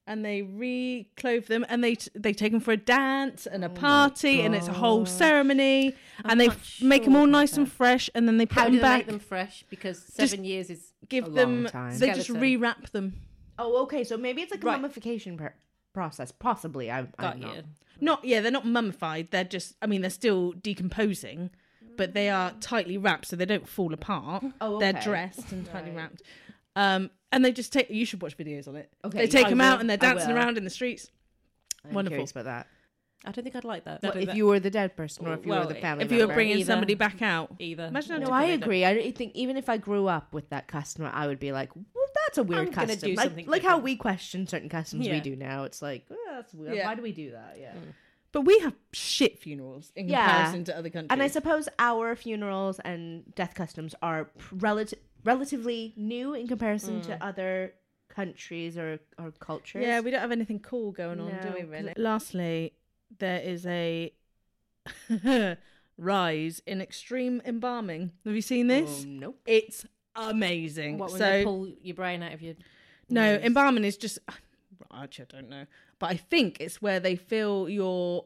Speaker 1: and they reclothe them and they t- they take them for a dance and
Speaker 7: Oh
Speaker 1: a party and it's a whole ceremony and they
Speaker 7: not
Speaker 1: f- make them all
Speaker 7: sure about
Speaker 1: nice and
Speaker 7: that.
Speaker 1: fresh and then they put
Speaker 7: How do
Speaker 1: them
Speaker 7: they
Speaker 1: back
Speaker 7: make them fresh? Because seven years is
Speaker 1: give
Speaker 7: a
Speaker 1: them
Speaker 5: long time.
Speaker 1: they just
Speaker 7: Skeleton.
Speaker 1: rewrap them
Speaker 5: oh, okay. So maybe it's like a
Speaker 1: Right.
Speaker 5: mummification per- process. Possibly. I, I
Speaker 7: got
Speaker 5: don't know.
Speaker 7: you.
Speaker 1: not yeah they're not mummified they're just i mean they're still decomposing but they are tightly wrapped so they don't fall apart
Speaker 5: Oh,
Speaker 1: they're
Speaker 5: okay.
Speaker 1: dressed and tightly
Speaker 5: Right.
Speaker 1: wrapped um and they just take you should watch videos on it
Speaker 5: Okay,
Speaker 1: they take
Speaker 5: I
Speaker 1: them out
Speaker 5: will,
Speaker 1: and they're
Speaker 5: I
Speaker 1: dancing
Speaker 5: will.
Speaker 1: around in the streets
Speaker 5: I'm
Speaker 1: Wonderful.
Speaker 5: curious about that.
Speaker 7: I don't think I'd like that.
Speaker 4: No,
Speaker 5: Well,
Speaker 4: do
Speaker 5: if
Speaker 4: that.
Speaker 5: you were the dead person or if you
Speaker 7: Well,
Speaker 5: were the family
Speaker 1: if you were
Speaker 5: member.
Speaker 1: bringing
Speaker 7: Either.
Speaker 1: somebody back out
Speaker 4: E-
Speaker 7: Either.
Speaker 1: Imagine how
Speaker 5: No,
Speaker 1: different
Speaker 5: I
Speaker 1: they'd look.
Speaker 5: agree. I don't think even if I grew up with that custom, I would be like, "Well, that's a weird
Speaker 7: I'm gonna
Speaker 5: custom."
Speaker 7: do
Speaker 5: Like,
Speaker 7: something
Speaker 5: like how
Speaker 7: different.
Speaker 5: we question certain customs we
Speaker 7: Yeah.
Speaker 5: do now. It's like, "Oh, that's weird.
Speaker 1: Yeah.
Speaker 5: Why do we do that?" Yeah.
Speaker 1: but we have shit funerals in
Speaker 5: Yeah.
Speaker 1: comparison to other countries
Speaker 5: And I suppose our funerals and death customs are relative relatively new in comparison to other countries or or cultures.
Speaker 1: yeah we don't have anything cool going on do
Speaker 5: No,
Speaker 1: we
Speaker 5: 'cause-
Speaker 1: really lastly there is a rise in extreme embalming have you seen this
Speaker 5: Um, nope.
Speaker 1: It's amazing.
Speaker 7: What when they
Speaker 1: so
Speaker 7: pull your brain out of your
Speaker 1: no,
Speaker 7: nose?
Speaker 1: embalming is just actually I don't know, but I think it's where they fill your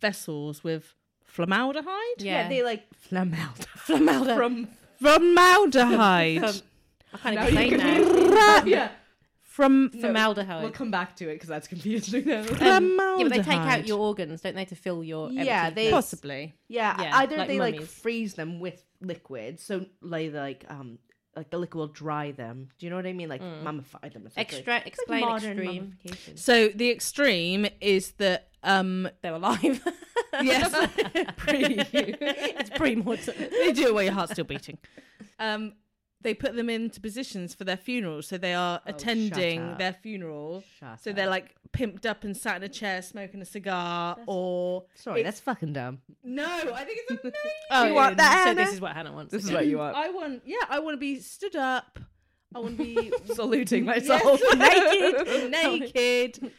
Speaker 1: vessels with formaldehyde.
Speaker 7: yeah.
Speaker 5: they like
Speaker 3: Flamel.
Speaker 1: Formaldehyde.
Speaker 5: from
Speaker 1: formaldehyde.
Speaker 7: I can't even say now.
Speaker 5: yeah.
Speaker 1: From
Speaker 7: Formaldehyde.
Speaker 5: We'll come back to it because that's confusing now.
Speaker 1: formaldehyde.
Speaker 7: um, yeah, but they take out your organs, don't they, to fill your empty
Speaker 5: Yeah, they-
Speaker 7: vessel?
Speaker 1: possibly.
Speaker 5: Yeah,
Speaker 7: Yeah,
Speaker 5: either
Speaker 7: like
Speaker 5: they like
Speaker 7: mummies.
Speaker 5: freeze them with liquid, so like like um like the liquid will dry them. Do you know what I mean? Like mummify them. essentially.
Speaker 7: extra explain
Speaker 5: modern
Speaker 7: extreme.
Speaker 1: So the extreme is that um
Speaker 7: They're alive.
Speaker 1: yes
Speaker 7: it's pre-mortem.
Speaker 1: they do it while your heart's still beating. Um, they put them into positions for their funerals, so they are
Speaker 7: Oh,
Speaker 1: attending
Speaker 5: up.
Speaker 1: their funeral.
Speaker 5: Shut
Speaker 1: so they're like pimped up and sat in a chair smoking a cigar, or
Speaker 5: Sorry, that's fucking dumb.
Speaker 1: no, I think it's amazing.
Speaker 7: Oh,
Speaker 5: You want that,
Speaker 7: So
Speaker 5: Hannah?
Speaker 7: this is what Hannah wants.
Speaker 5: This is what you are.
Speaker 1: I want, yeah, I want to be stood up. I want to be
Speaker 5: Saluting myself.
Speaker 1: yes, naked, naked.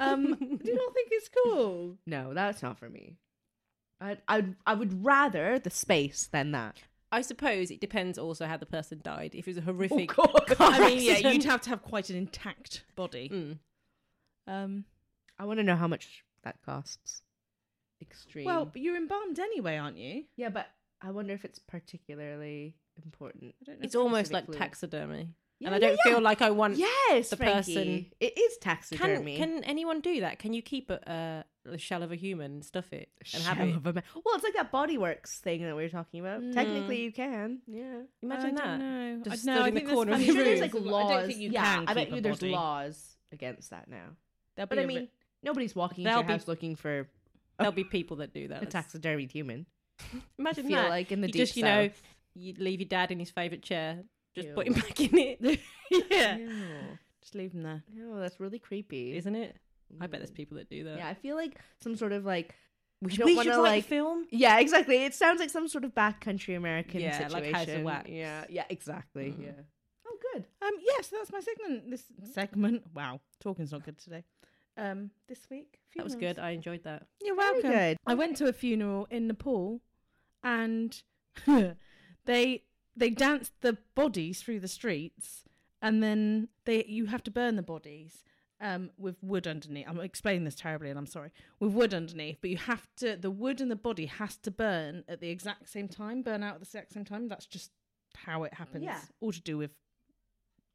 Speaker 1: Um, do not think it's cool.
Speaker 5: No, that's not for me. I'd, I'd I would rather the space than that.
Speaker 7: I suppose it depends also how the person died. If it was a horrific,
Speaker 1: I mean, yeah, you'd have to have quite an intact body.
Speaker 7: Mm.
Speaker 1: Hmm. Um,
Speaker 5: I want to know how much that costs. Extreme.
Speaker 1: well, but you're embalmed anyway, aren't you?
Speaker 5: yeah, but I wonder if it's particularly important.
Speaker 1: I don't know.
Speaker 7: it's almost like
Speaker 5: Specifically.
Speaker 7: taxidermy,
Speaker 5: Yeah,
Speaker 7: and I
Speaker 5: yeah,
Speaker 7: don't
Speaker 5: yeah.
Speaker 7: feel like I want.
Speaker 5: Yes,
Speaker 7: the
Speaker 5: Frankie.
Speaker 7: person-
Speaker 5: It is
Speaker 7: Can
Speaker 5: taxidermy.
Speaker 7: can anyone do that? Can you keep a, uh, the shell of a human, stuff it, and have it?
Speaker 5: Shell of a man. Well, it's like that bodyworks thing that we were talking about.
Speaker 7: Mm.
Speaker 5: Technically, you can. Yeah.
Speaker 7: Imagine
Speaker 1: I
Speaker 7: that.
Speaker 1: don't know.
Speaker 7: Just
Speaker 1: I- no,
Speaker 7: stood
Speaker 1: I
Speaker 7: in the
Speaker 1: think that's
Speaker 7: corner of
Speaker 1: funny.
Speaker 7: the room.
Speaker 1: I'm sure
Speaker 5: there's
Speaker 1: there's
Speaker 5: like
Speaker 1: like
Speaker 5: laws.
Speaker 1: I don't think you
Speaker 5: yeah,
Speaker 1: can.
Speaker 5: I bet
Speaker 1: keep
Speaker 5: you
Speaker 1: a
Speaker 5: there's
Speaker 1: body.
Speaker 5: laws against that now.
Speaker 1: That'd
Speaker 5: But
Speaker 1: be
Speaker 5: I
Speaker 1: a
Speaker 5: mean,
Speaker 1: bit-
Speaker 5: nobody's walking
Speaker 7: There'll
Speaker 5: into your
Speaker 7: be-
Speaker 5: house looking for
Speaker 7: There'll be people that do that.
Speaker 5: a taxidermied human. I
Speaker 7: Imagine
Speaker 5: feel
Speaker 7: that.
Speaker 5: like in the
Speaker 7: you
Speaker 5: deep
Speaker 7: just you know
Speaker 5: south.
Speaker 7: you leave your dad in his favorite chair, just put
Speaker 5: Ew.
Speaker 7: him back in it,
Speaker 1: yeah,
Speaker 5: Ew.
Speaker 1: just leave them there.
Speaker 5: Ew, Oh, that's really creepy.
Speaker 7: isn't it? I bet
Speaker 5: Mm.
Speaker 7: there's people that do that.
Speaker 5: Yeah, I feel like some sort of like.
Speaker 7: we
Speaker 5: I
Speaker 7: should,
Speaker 5: don't
Speaker 7: we
Speaker 5: wanna,
Speaker 7: should write
Speaker 5: like-
Speaker 7: a film.
Speaker 5: Yeah, exactly. It sounds like some sort of backcountry American
Speaker 7: Yeah, like
Speaker 5: situation.
Speaker 7: House of Wax.
Speaker 5: Yeah, yeah, exactly. Yeah. Oh, good.
Speaker 1: Um, yes, that's my segment. This segment. Wow, talking's not good today. Um, this week
Speaker 7: That was
Speaker 1: funerals.
Speaker 7: good. I enjoyed that.
Speaker 1: You're
Speaker 5: Very
Speaker 1: welcome.
Speaker 5: good.
Speaker 1: I went to a funeral in Nepal, and they they danced the bodies through the streets, and then they you have to burn the bodies um, with wood underneath. I'm explaining this terribly, and I'm sorry. With wood underneath, but you have to the wood and the body has to burn at the exact same time, burn out at the exact same time. That's just how it happens.
Speaker 5: Yeah.
Speaker 1: All to do with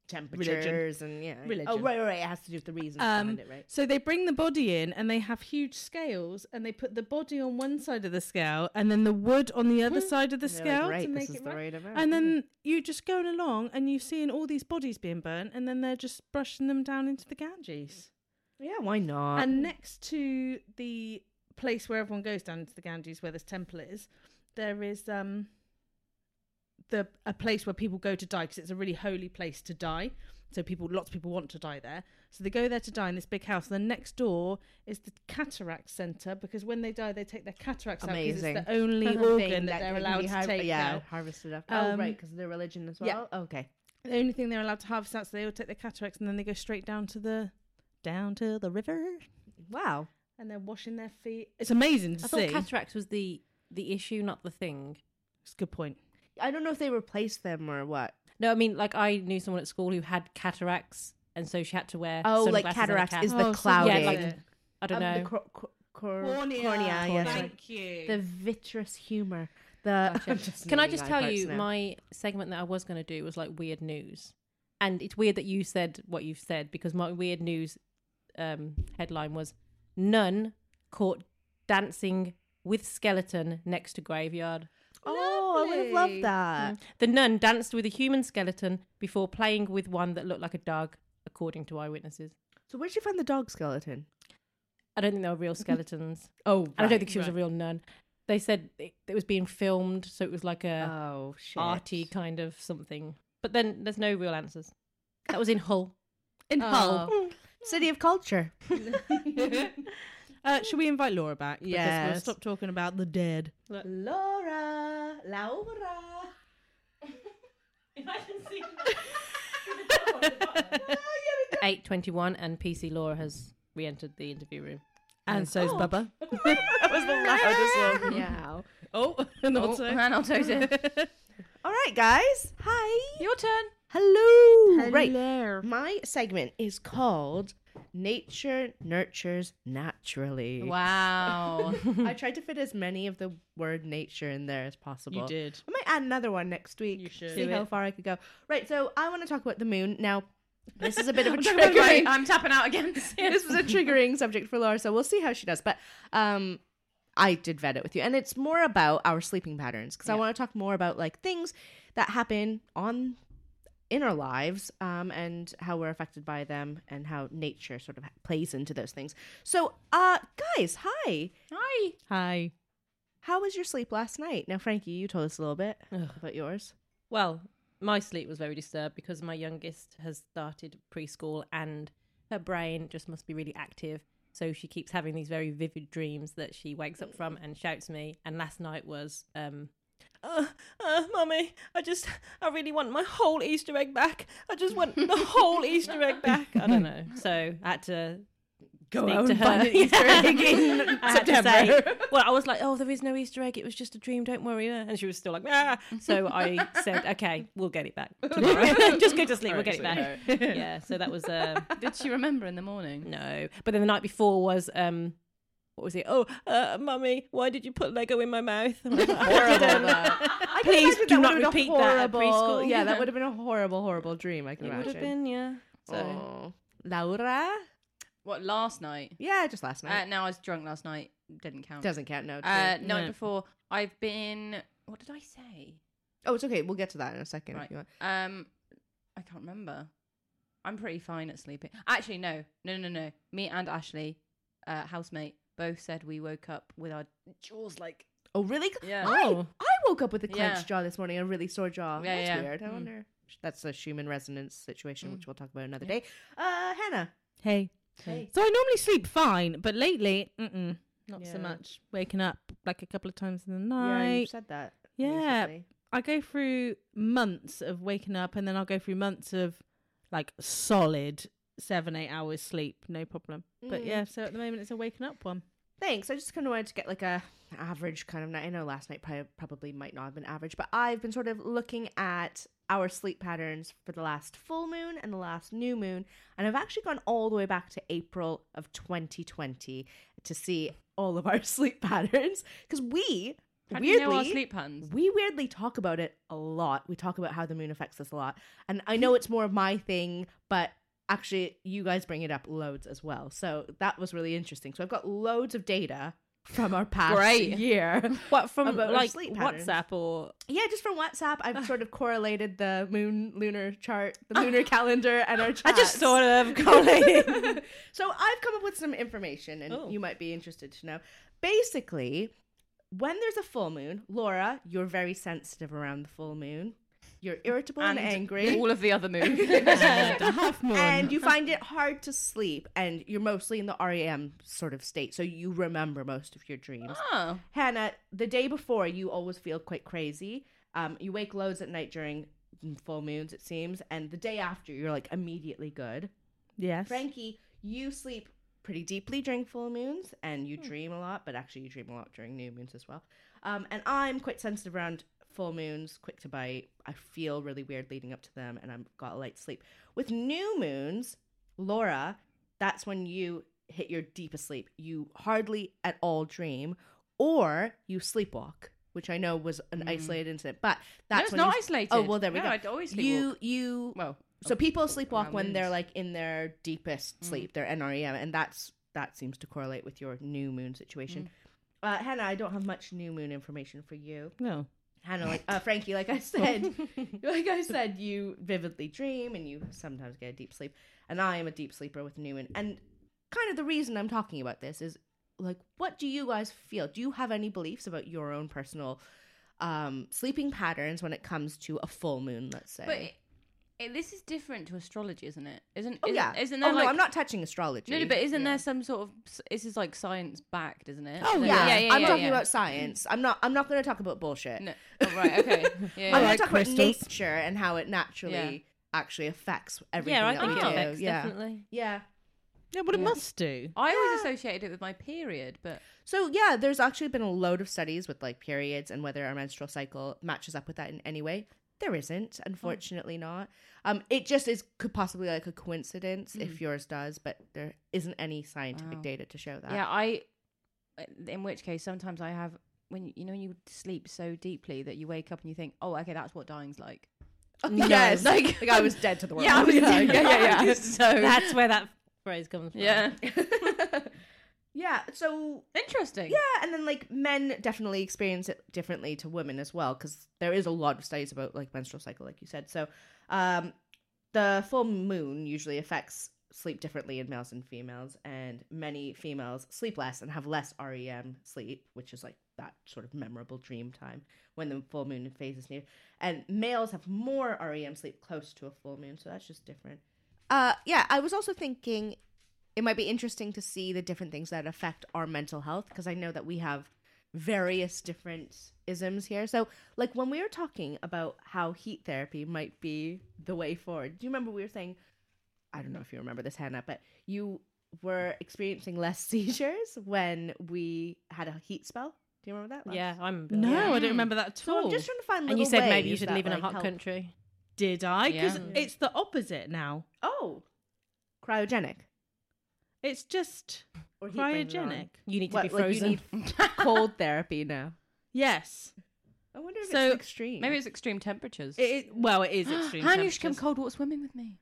Speaker 5: Temperatures and yeah. Oh,
Speaker 1: Religion.
Speaker 5: right, right, right. It has to do with the reasons
Speaker 1: Um,
Speaker 5: behind it, right?
Speaker 1: So they bring the body in and they have huge scales and they put the body on one side of the scale and then the wood on the other side of the
Speaker 5: Hmm. They're like,
Speaker 1: scale to
Speaker 5: right,
Speaker 1: make
Speaker 5: this is
Speaker 1: it
Speaker 5: the
Speaker 1: right.
Speaker 5: right amount.
Speaker 1: And then you're just going along and you're seeing all these bodies being burnt and then they're just brushing them down into the Ganges.
Speaker 5: yeah, why not?
Speaker 1: and next to the place where everyone goes down into the Ganges where this temple is, there is um the a place where people go to die because it's a really holy place to die. So people, lots of people want to die there. So they go there to die in this big house. And then next door is the cataract center because when they die, they take their cataracts out
Speaker 5: Amazing.
Speaker 1: because it's the only
Speaker 5: Thing
Speaker 1: organ that,
Speaker 5: can
Speaker 1: they're
Speaker 5: be
Speaker 1: allowed to
Speaker 5: har-
Speaker 1: take
Speaker 5: yeah,
Speaker 1: out.
Speaker 5: harvested up. oh,
Speaker 1: Um,
Speaker 5: right, because of their religion as
Speaker 1: yeah.
Speaker 5: well. Okay.
Speaker 1: The only thing they're allowed to harvest out. So they all take their cataracts and then they go straight down to the down to the river
Speaker 5: Wow.
Speaker 1: and they're washing their feet. It's amazing to
Speaker 4: I
Speaker 1: see.
Speaker 4: thought cataracts was the the issue, not the thing.
Speaker 1: it's a good point.
Speaker 5: I don't know if they replaced them or what.
Speaker 4: No, I mean like I knew someone at school who had cataracts, and so she had to wear
Speaker 5: Oh, like
Speaker 4: sunglasses and a
Speaker 5: cataracts
Speaker 4: cap.
Speaker 5: is the
Speaker 1: Oh, so
Speaker 5: clouding.
Speaker 4: yeah, like I
Speaker 5: Um,
Speaker 4: don't know.
Speaker 5: The cor- cor- cor- cornea. yes.
Speaker 1: Thank you.
Speaker 5: The vitreous humor. The
Speaker 4: Can I just tell you, my segment that I was going to do was like weird news, and it's weird that you said what you've said because my weird news um, headline was nun caught dancing with skeleton next to graveyard.
Speaker 5: Oh, I would have loved that.
Speaker 4: The nun danced with a human skeleton before playing with one that looked like a dog, according to eyewitnesses.
Speaker 5: So where'd you find the dog skeleton?
Speaker 4: I don't think they were real skeletons.
Speaker 5: Oh,
Speaker 4: And I don't think she was a real nun. They said it, it was being filmed, so it was like a
Speaker 5: Oh shit.
Speaker 4: arty kind of something. But then there's no real answers. That was in Hull.
Speaker 1: In Hull.
Speaker 5: Oh. City of culture.
Speaker 1: Uh, should we invite Laura back? Because we'll
Speaker 5: Yes.
Speaker 1: stop talking about the dead.
Speaker 5: Laura, Laura.
Speaker 4: Eight twenty one, and PC Laura has re-entered the interview room.
Speaker 1: And so's Bubba.
Speaker 5: That was the loudest one. Yeah.
Speaker 1: Oh, and
Speaker 2: Oh,
Speaker 1: also.
Speaker 2: and I'll toes it.
Speaker 5: All right, guys. Hi.
Speaker 2: Your turn.
Speaker 5: Hello. Right. My segment is called Nature Nurtures Naturally.
Speaker 2: Wow.
Speaker 5: I tried to fit as many of the word nature in there as possible.
Speaker 1: You did.
Speaker 5: I might add another one next week.
Speaker 1: You should.
Speaker 5: See
Speaker 1: Do
Speaker 5: how far I could go. Right, so I want to talk about the moon. Now, this is a bit of a
Speaker 2: Right,
Speaker 5: triggering.
Speaker 2: I'm tapping out again.
Speaker 5: this was a triggering subject for Laura, so we'll see how she does. But um I did vet it with you. And it's more about our sleeping patterns because I want to talk more about like things that happen on in our lives um, and how we're affected by them and how nature sort of plays into those things. So, uh guys, hi.
Speaker 2: Hi.
Speaker 1: Hi.
Speaker 5: How was your sleep last night? Now, Frankie, you told us a little bit about yours.
Speaker 4: Well, my sleep was very disturbed because my youngest has started preschool and her brain just must be really active. So she keeps having these very vivid dreams that she wakes up from and shouts me. And last night was, um, uh, uh, mummy, I just, I really want my whole Easter egg back. I just want the whole Easter egg back. I don't know. So I had to go
Speaker 5: out
Speaker 4: to
Speaker 5: and
Speaker 4: her.
Speaker 5: find an Easter egg in
Speaker 4: I had to say, well, I was like, oh, there is no Easter egg. It was just a dream. Don't worry. uh," And she was still like, ah. So I said, okay, we'll get it back tomorrow. just go to sleep. We'll get it back. Yeah. So that was uh,
Speaker 2: Did she remember in the morning?
Speaker 4: no. But then the night before was um, what was it? Oh, uh, mummy, why did you put Lego in my mouth? And I was like, "I didn't."
Speaker 5: I can
Speaker 4: Please
Speaker 5: imagine
Speaker 4: do
Speaker 5: that
Speaker 4: not
Speaker 5: would've been a
Speaker 4: repeat that at
Speaker 5: horrible-
Speaker 4: preschool.
Speaker 5: Yeah, that would have been a horrible, horrible dream. I can
Speaker 4: It would
Speaker 5: imagine.
Speaker 4: have been, yeah. So
Speaker 5: Oh. Laura?
Speaker 2: What, last night?
Speaker 5: Yeah, just last
Speaker 2: Uh,
Speaker 5: night.
Speaker 2: no, I was drunk last night. Didn't count.
Speaker 5: Doesn't count. No.
Speaker 2: Uh,
Speaker 5: true.
Speaker 2: night
Speaker 1: No.
Speaker 2: before, I've been. What did I say?
Speaker 5: oh, it's okay. We'll get to that in a second
Speaker 2: Right.
Speaker 5: if you want.
Speaker 2: Um, I can't remember. I'm pretty fine at sleeping. Actually, no, no, no, no. Me and Ashley, uh, housemate, both said we woke up with our jaws like.
Speaker 5: Oh, really?
Speaker 2: Yeah.
Speaker 5: I,
Speaker 1: Oh.
Speaker 5: I woke up with a clenched
Speaker 2: Yeah.
Speaker 5: jaw this morning, a really sore jaw.
Speaker 2: Yeah,
Speaker 5: That's
Speaker 2: yeah.
Speaker 5: weird. I
Speaker 2: Mm.
Speaker 5: wonder. That's a Schumann resonance situation, which we'll talk about another day. Uh, Hannah.
Speaker 1: Hey.
Speaker 5: Hey.
Speaker 1: So I normally sleep fine, but lately, mm-mm, not
Speaker 5: Yeah.
Speaker 1: so much. Waking up like a couple of times in the
Speaker 5: Yeah,
Speaker 1: night.
Speaker 5: you said that.
Speaker 1: Yeah.
Speaker 5: recently.
Speaker 1: I go through months of waking up and then I'll go through months of like solid seven, eight hours sleep, no problem. But
Speaker 5: Mm.
Speaker 1: yeah, so at the moment it's a waking up one.
Speaker 5: Thanks. I just kind of wanted to get like a average kind of night. I know last night probably, probably might not have been average, but I've been sort of looking at our sleep patterns for the last full moon and the last new moon, and I've actually gone all the way back to April of 2020 to see all of our sleep patterns because we
Speaker 2: How do
Speaker 5: weirdly
Speaker 2: you know our sleep patterns?
Speaker 5: we weirdly talk about it a lot. We talk about how the moon affects us a lot. And I know it's more of my thing, but actually, you guys bring it up loads as well. So that was really interesting. So I've got loads of data from our past
Speaker 2: Great.
Speaker 5: year.
Speaker 4: what from
Speaker 5: About our
Speaker 4: like
Speaker 5: sleep patterns.
Speaker 4: WhatsApp or
Speaker 5: Yeah, just from WhatsApp, I've sort of correlated the moon lunar chart, the lunar calendar, and our
Speaker 4: Ah. I
Speaker 5: chats.
Speaker 4: just sort of calling.
Speaker 5: so I've come up with some information, and
Speaker 4: Oh.
Speaker 5: you might be interested to know. Basically, when there's a full moon, Laura, you're very sensitive around the full moon. You're irritable and, angry.
Speaker 2: All of the other moves.
Speaker 1: and a half moon.
Speaker 5: And you find it hard to sleep, and you're mostly in the REM sort of state, so you remember most of your dreams.
Speaker 2: oh.
Speaker 5: Hannah, the day before, you always feel quite crazy. Um, you wake loads at night during full moons, it seems, and the day after, you're like immediately good.
Speaker 3: Yes.
Speaker 5: Frankie, you sleep pretty deeply during full moons, and
Speaker 2: Hmm.
Speaker 5: you dream a lot, but actually, you dream a lot during new moons as well. Um, and I'm quite sensitive around full moons, quick to bite. I feel really weird leading up to them, and I've got a light sleep. With new moons, Laura, that's when you hit your deepest sleep. You hardly at all dream, or you sleepwalk, which I know was an isolated incident, but
Speaker 2: Mm. No,
Speaker 5: that's
Speaker 2: it's
Speaker 5: when
Speaker 2: not
Speaker 5: you-
Speaker 2: isolated.
Speaker 5: Oh well, there we
Speaker 2: no,
Speaker 5: go.
Speaker 2: I'd always sleepwalk.
Speaker 5: you you
Speaker 2: Well,
Speaker 5: so people sleepwalk
Speaker 2: around Mm.
Speaker 5: when they're
Speaker 2: moons.
Speaker 5: like in their deepest sleep, their NREM, and that's that seems to correlate with your new moon
Speaker 2: Mm.
Speaker 5: situation. Uh, Hannah, I don't have much new moon information for you.
Speaker 1: no.
Speaker 5: Hannah, like uh, Frankie, like I said, like I said, you vividly dream and you sometimes get a deep sleep, and I am a deep sleeper with new moon. And kind of the reason I'm talking about this is like, what do you guys feel? Do you have any beliefs about your own personal um, sleeping patterns when it comes to a full moon? Let's say.
Speaker 2: but it, it, this is different to astrology, isn't it? Isn't
Speaker 5: Oh
Speaker 2: isn't,
Speaker 5: yeah.
Speaker 2: Isn't
Speaker 5: oh
Speaker 2: there
Speaker 5: no,
Speaker 2: like
Speaker 5: I'm not touching astrology.
Speaker 2: no, no, but isn't there some sort of this is like science backed, isn't it?
Speaker 5: oh
Speaker 2: Isn't it?
Speaker 5: yeah,
Speaker 2: yeah, yeah.
Speaker 5: I'm
Speaker 2: yeah,
Speaker 5: talking
Speaker 2: yeah.
Speaker 5: about science. I'm not. I'm not going to talk about bullshit.
Speaker 2: No. Oh, right. Okay. Yeah.
Speaker 5: I'm
Speaker 2: yeah.
Speaker 5: going
Speaker 1: like
Speaker 5: to talk
Speaker 1: crystals.
Speaker 5: about nature and how it naturally actually affects everything.
Speaker 7: Yeah, I
Speaker 5: that
Speaker 7: think
Speaker 5: we
Speaker 7: it
Speaker 5: do.
Speaker 7: affects
Speaker 5: yeah.
Speaker 7: definitely.
Speaker 5: Yeah.
Speaker 1: Yeah, but it must do.
Speaker 2: I always associated it with my period, but
Speaker 5: So yeah, there's actually been a load of studies with like periods and whether our menstrual cycle matches up with that in any way. There
Speaker 2: Mm.
Speaker 5: isn't, unfortunately, not. Um, it just is could possibly like a coincidence if yours does, but there isn't any scientific
Speaker 2: Mm. Wow.
Speaker 5: data to show that.
Speaker 2: yeah, I. In which case, sometimes I have when you know when you sleep so deeply that you wake up and you think, oh, okay, that's what dying's like.
Speaker 5: Yes, like, I was dead to the world. Yeah, yeah,
Speaker 2: yeah, yeah. so
Speaker 7: That's where that phrase comes from.
Speaker 2: yeah,
Speaker 5: yeah. So
Speaker 2: interesting.
Speaker 5: Yeah, and then like men definitely experience it differently to women as well because there is a lot of studies about like menstrual cycle, like you said. So, um, the full moon usually affects sleep differently in males and females, and many females sleep less and have less REM sleep, which is like that sort of memorable dream time when the full moon phase is near. And males have more REM sleep close to a full moon, so that's just different. Uh, yeah, I was also thinking it might be interesting to see the different things that affect our mental health because I know that we have various different isms here. So, like when we were talking about how heat therapy might be the way forward, do you remember we were saying, I don't know if you remember this, Hannah, but you were experiencing less seizures when we had a heat spell? Do you remember that? Lars?
Speaker 7: Yeah, I'm.
Speaker 1: No,
Speaker 7: yeah.
Speaker 1: I don't remember that at
Speaker 5: So
Speaker 1: all.
Speaker 5: I'm just trying to find.
Speaker 7: And you
Speaker 5: little
Speaker 7: said maybe you
Speaker 5: ways
Speaker 7: should
Speaker 5: that,
Speaker 7: live in a
Speaker 5: like,
Speaker 7: hot
Speaker 5: help-
Speaker 7: country.
Speaker 1: Did I? Because
Speaker 2: Yeah.
Speaker 1: it's the opposite now.
Speaker 5: Oh, cryogenic
Speaker 1: It's just
Speaker 5: or heat brings it on.
Speaker 1: cryogenic.
Speaker 7: You need to
Speaker 5: What,
Speaker 7: be
Speaker 5: like you
Speaker 7: frozen.
Speaker 5: need cold therapy now.
Speaker 1: Yes.
Speaker 5: I wonder if
Speaker 1: So,
Speaker 5: it's extreme.
Speaker 2: Maybe it's extreme temperatures.
Speaker 1: It, it- well, it is extreme.
Speaker 2: Han, you should come
Speaker 1: temperatures.
Speaker 2: cold water swimming with me.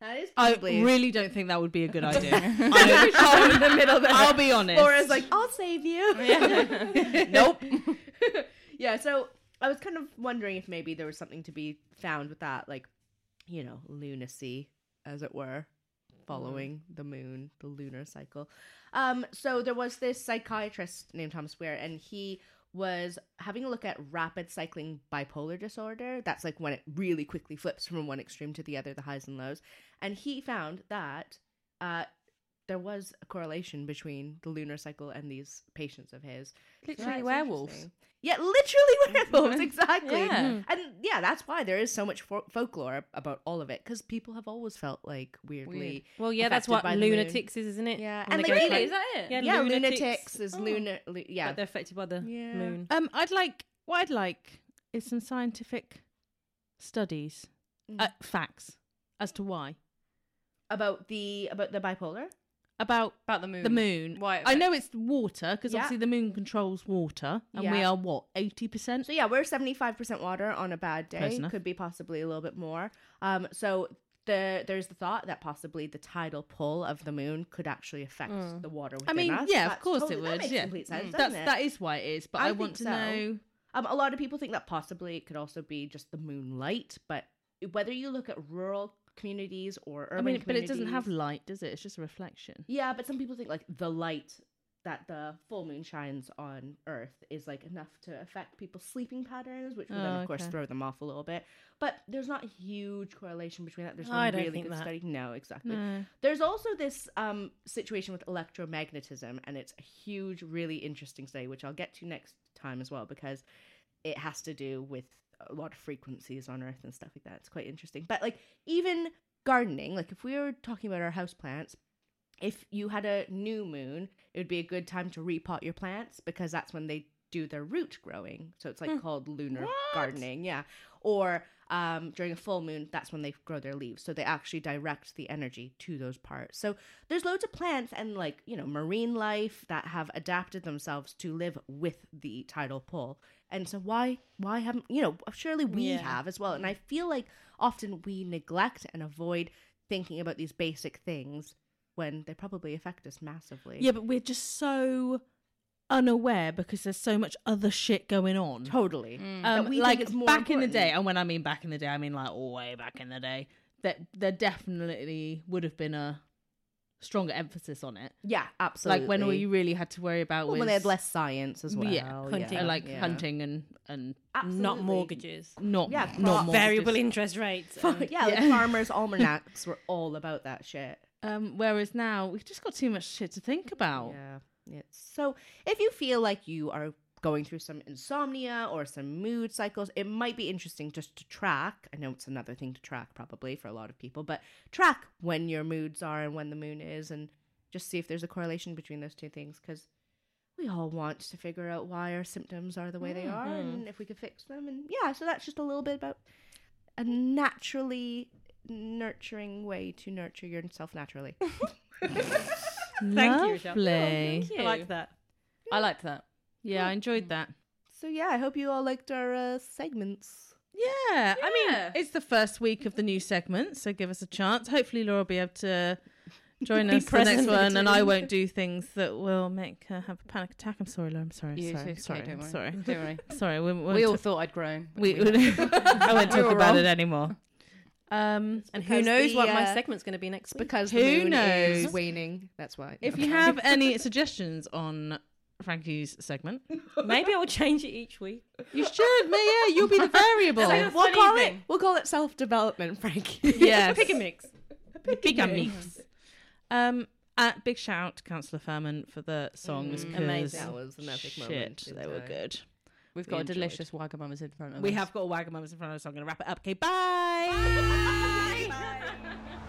Speaker 5: that is
Speaker 1: I
Speaker 5: probably
Speaker 1: really don't think that would be a good idea. I,
Speaker 5: in the middle there.
Speaker 1: I'll be honest.
Speaker 5: Laura's like, I'll save you.
Speaker 2: nope.
Speaker 5: yeah, so I was kind of wondering if maybe there was something to be found with that, like, you know, lunacy, as it were, following the moon, the lunar cycle. Um, so there was this psychiatrist named Thomas Weir, and he was having a look at rapid cycling bipolar disorder. That's like when it really quickly flips from one extreme to the other, the highs and lows. And he found that uh, there was a correlation between the lunar cycle and these patients of his.
Speaker 2: Literally
Speaker 5: That's
Speaker 2: werewolves.
Speaker 5: interesting. Yeah, literally werewolves, exactly.
Speaker 2: Yeah.
Speaker 5: And yeah, that's why there is so much fo- folklore about all of it because people have always felt like weirdly.
Speaker 7: Well, yeah, that's
Speaker 5: affected
Speaker 7: what
Speaker 5: by the moon.
Speaker 7: lunatics is, isn't it?
Speaker 5: Yeah,
Speaker 7: When
Speaker 5: and
Speaker 7: they
Speaker 5: like
Speaker 7: go
Speaker 5: really,
Speaker 7: to,
Speaker 2: Is that it?
Speaker 7: yeah,
Speaker 5: Yeah, lunatics,
Speaker 7: lunatics.
Speaker 5: is
Speaker 7: Oh.
Speaker 5: lunar. Lu- yeah,
Speaker 7: Like they're affected by the
Speaker 5: Yeah.
Speaker 7: moon.
Speaker 1: Um, I'd like what I'd like is some scientific studies,
Speaker 5: Mm.
Speaker 1: uh, facts as to why
Speaker 5: about the about the bipolar.
Speaker 1: about
Speaker 2: About the moon.
Speaker 1: the moon.
Speaker 2: Why it
Speaker 1: I know it's water because
Speaker 5: Yeah.
Speaker 1: obviously the moon controls water, and we
Speaker 5: Yeah.
Speaker 1: are what eighty percent.
Speaker 5: So yeah, we're seventy five percent water on a bad
Speaker 1: Close
Speaker 5: day.
Speaker 1: enough.
Speaker 5: Could be possibly a little bit more. Um, so the there's the thought that possibly the tidal pull of the moon could actually affect the water.
Speaker 1: Hmm. I
Speaker 5: Within
Speaker 1: mean,
Speaker 5: us.
Speaker 1: yeah, of
Speaker 5: That's
Speaker 1: course
Speaker 5: totally-
Speaker 1: it
Speaker 5: That
Speaker 1: would.
Speaker 5: makes
Speaker 1: yeah, Hmm.
Speaker 5: complete sense.
Speaker 1: that's
Speaker 5: doesn't it?
Speaker 1: that is why it is. But
Speaker 5: I
Speaker 1: I,
Speaker 5: think
Speaker 1: want to
Speaker 5: so.
Speaker 1: know.
Speaker 5: Um, a lot of people think that possibly it could also be just the moonlight, but whether you look at rural communities or urban
Speaker 1: I mean, but it doesn't have
Speaker 5: communities-
Speaker 1: light, does it? It's just a reflection.
Speaker 5: yeah, but some people think like the light that the full moon shines on Earth is like enough to affect people's sleeping patterns, which would then,
Speaker 1: Oh,
Speaker 5: of course,
Speaker 1: okay.
Speaker 5: throw them off a little bit. But there's not a huge correlation between that. There's no
Speaker 7: I don't
Speaker 5: really
Speaker 7: think
Speaker 5: good
Speaker 7: that.
Speaker 5: study. No, exactly. There's also this um, situation with electromagnetism, and it's a huge, really interesting study, which I'll get to next time as well, because it has to do with a lot of frequencies on Earth and stuff like that. It's quite interesting. But like even gardening, like if we were talking about our house plants, if you had a new moon, it would be a good time to repot your plants because that's when they do their root growing. So it's like called lunar gardening, yeah. Or um, during a full moon, that's when they grow their leaves. So they actually direct the energy to those parts. So there's loads of plants and like you know marine life that have adapted themselves to live with the tidal pull. And so why why haven't you know surely we have as well? And I feel like often we neglect and avoid thinking about these basic things when they probably affect us massively.
Speaker 1: Yeah, but we're just so unaware because there's so much other shit going on.
Speaker 5: totally.
Speaker 1: Um,
Speaker 5: But we think
Speaker 1: like
Speaker 5: it's more
Speaker 1: back in the
Speaker 5: important.
Speaker 1: day, and when I mean back in the day, I mean like way back in the day. That there definitely would have been a stronger emphasis on it.
Speaker 5: Yeah, absolutely.
Speaker 1: Like when all you really had to worry about
Speaker 5: well,
Speaker 1: was
Speaker 5: when they had less science as well.
Speaker 1: yeah,
Speaker 7: hunting.
Speaker 1: uh, like
Speaker 5: yeah.
Speaker 1: hunting and and
Speaker 7: not
Speaker 5: Absolutely.
Speaker 7: mortgages.
Speaker 1: not
Speaker 5: Yeah,
Speaker 1: not
Speaker 5: crop-
Speaker 1: mortgages.
Speaker 7: Variable interest rates. Um, and-
Speaker 5: Yeah, like farmers' almanacs were all about that shit.
Speaker 1: Um, whereas now we've just got too much shit to think about.
Speaker 5: Yeah. It's, so if you feel like you are going through some insomnia or some mood cycles, it might be interesting just to track. I know it's another thing to track probably for a lot of people, but track when your moods are and when the moon is and just see if there's a correlation between those two things because we all want to figure out why our symptoms are the way they are and if we could fix them. And yeah, so that's just a little bit about a naturally nurturing way to nurture yourself naturally.
Speaker 7: Thank you, Rochelle.
Speaker 1: Lovely.
Speaker 7: I like that. I liked that.
Speaker 1: Yeah, I enjoyed that.
Speaker 5: So yeah, I hope you all liked our uh, segments.
Speaker 1: Yeah, I
Speaker 7: Yeah.
Speaker 1: mean, it's the first week of the new segment, so give us a chance. Hopefully, Laura will be able to join us for the next
Speaker 7: present.
Speaker 1: one, and I won't do things that will make her have a panic attack. I'm sorry, Laura. I'm sorry.
Speaker 2: Yeah,
Speaker 1: sorry,
Speaker 2: it's okay,
Speaker 1: sorry,
Speaker 2: don't
Speaker 1: I'm
Speaker 2: worry.
Speaker 1: sorry.
Speaker 2: Don't worry.
Speaker 1: Sorry, we, we,
Speaker 2: We all thought I'd grown. but
Speaker 1: we,
Speaker 2: we haven't.
Speaker 1: I won't
Speaker 2: We
Speaker 1: talk
Speaker 2: were
Speaker 1: about
Speaker 2: wrong.
Speaker 1: it anymore. Um,
Speaker 7: And who
Speaker 5: Because
Speaker 7: knows
Speaker 5: the,
Speaker 7: what my
Speaker 5: uh,
Speaker 7: segment's going to be next week?
Speaker 5: Because
Speaker 1: Who
Speaker 5: the moon
Speaker 1: knows?
Speaker 5: is waning. That's why.
Speaker 1: if you have any suggestions on Frankie's segment,
Speaker 7: Maybe I'll change it each week.
Speaker 1: you should. ma- Yeah, you'll be the variable.
Speaker 5: we'll
Speaker 7: Funny
Speaker 5: call it
Speaker 7: evening.
Speaker 5: we'll call it self development, Frankie.
Speaker 1: yes.
Speaker 7: Pick a mix.
Speaker 1: Big mix. Um, uh, big shout to Councillor Furman for the songs.
Speaker 7: Amazing.
Speaker 1: because
Speaker 5: Mm. That was an epic
Speaker 1: shit,
Speaker 5: moment in
Speaker 1: They were
Speaker 5: time.
Speaker 1: good.
Speaker 2: We've got a
Speaker 1: enjoyed.
Speaker 2: delicious Wagamama's in front of us.
Speaker 1: We have got a Wagamama's in front of us, so I'm going to wrap it up. Okay, bye.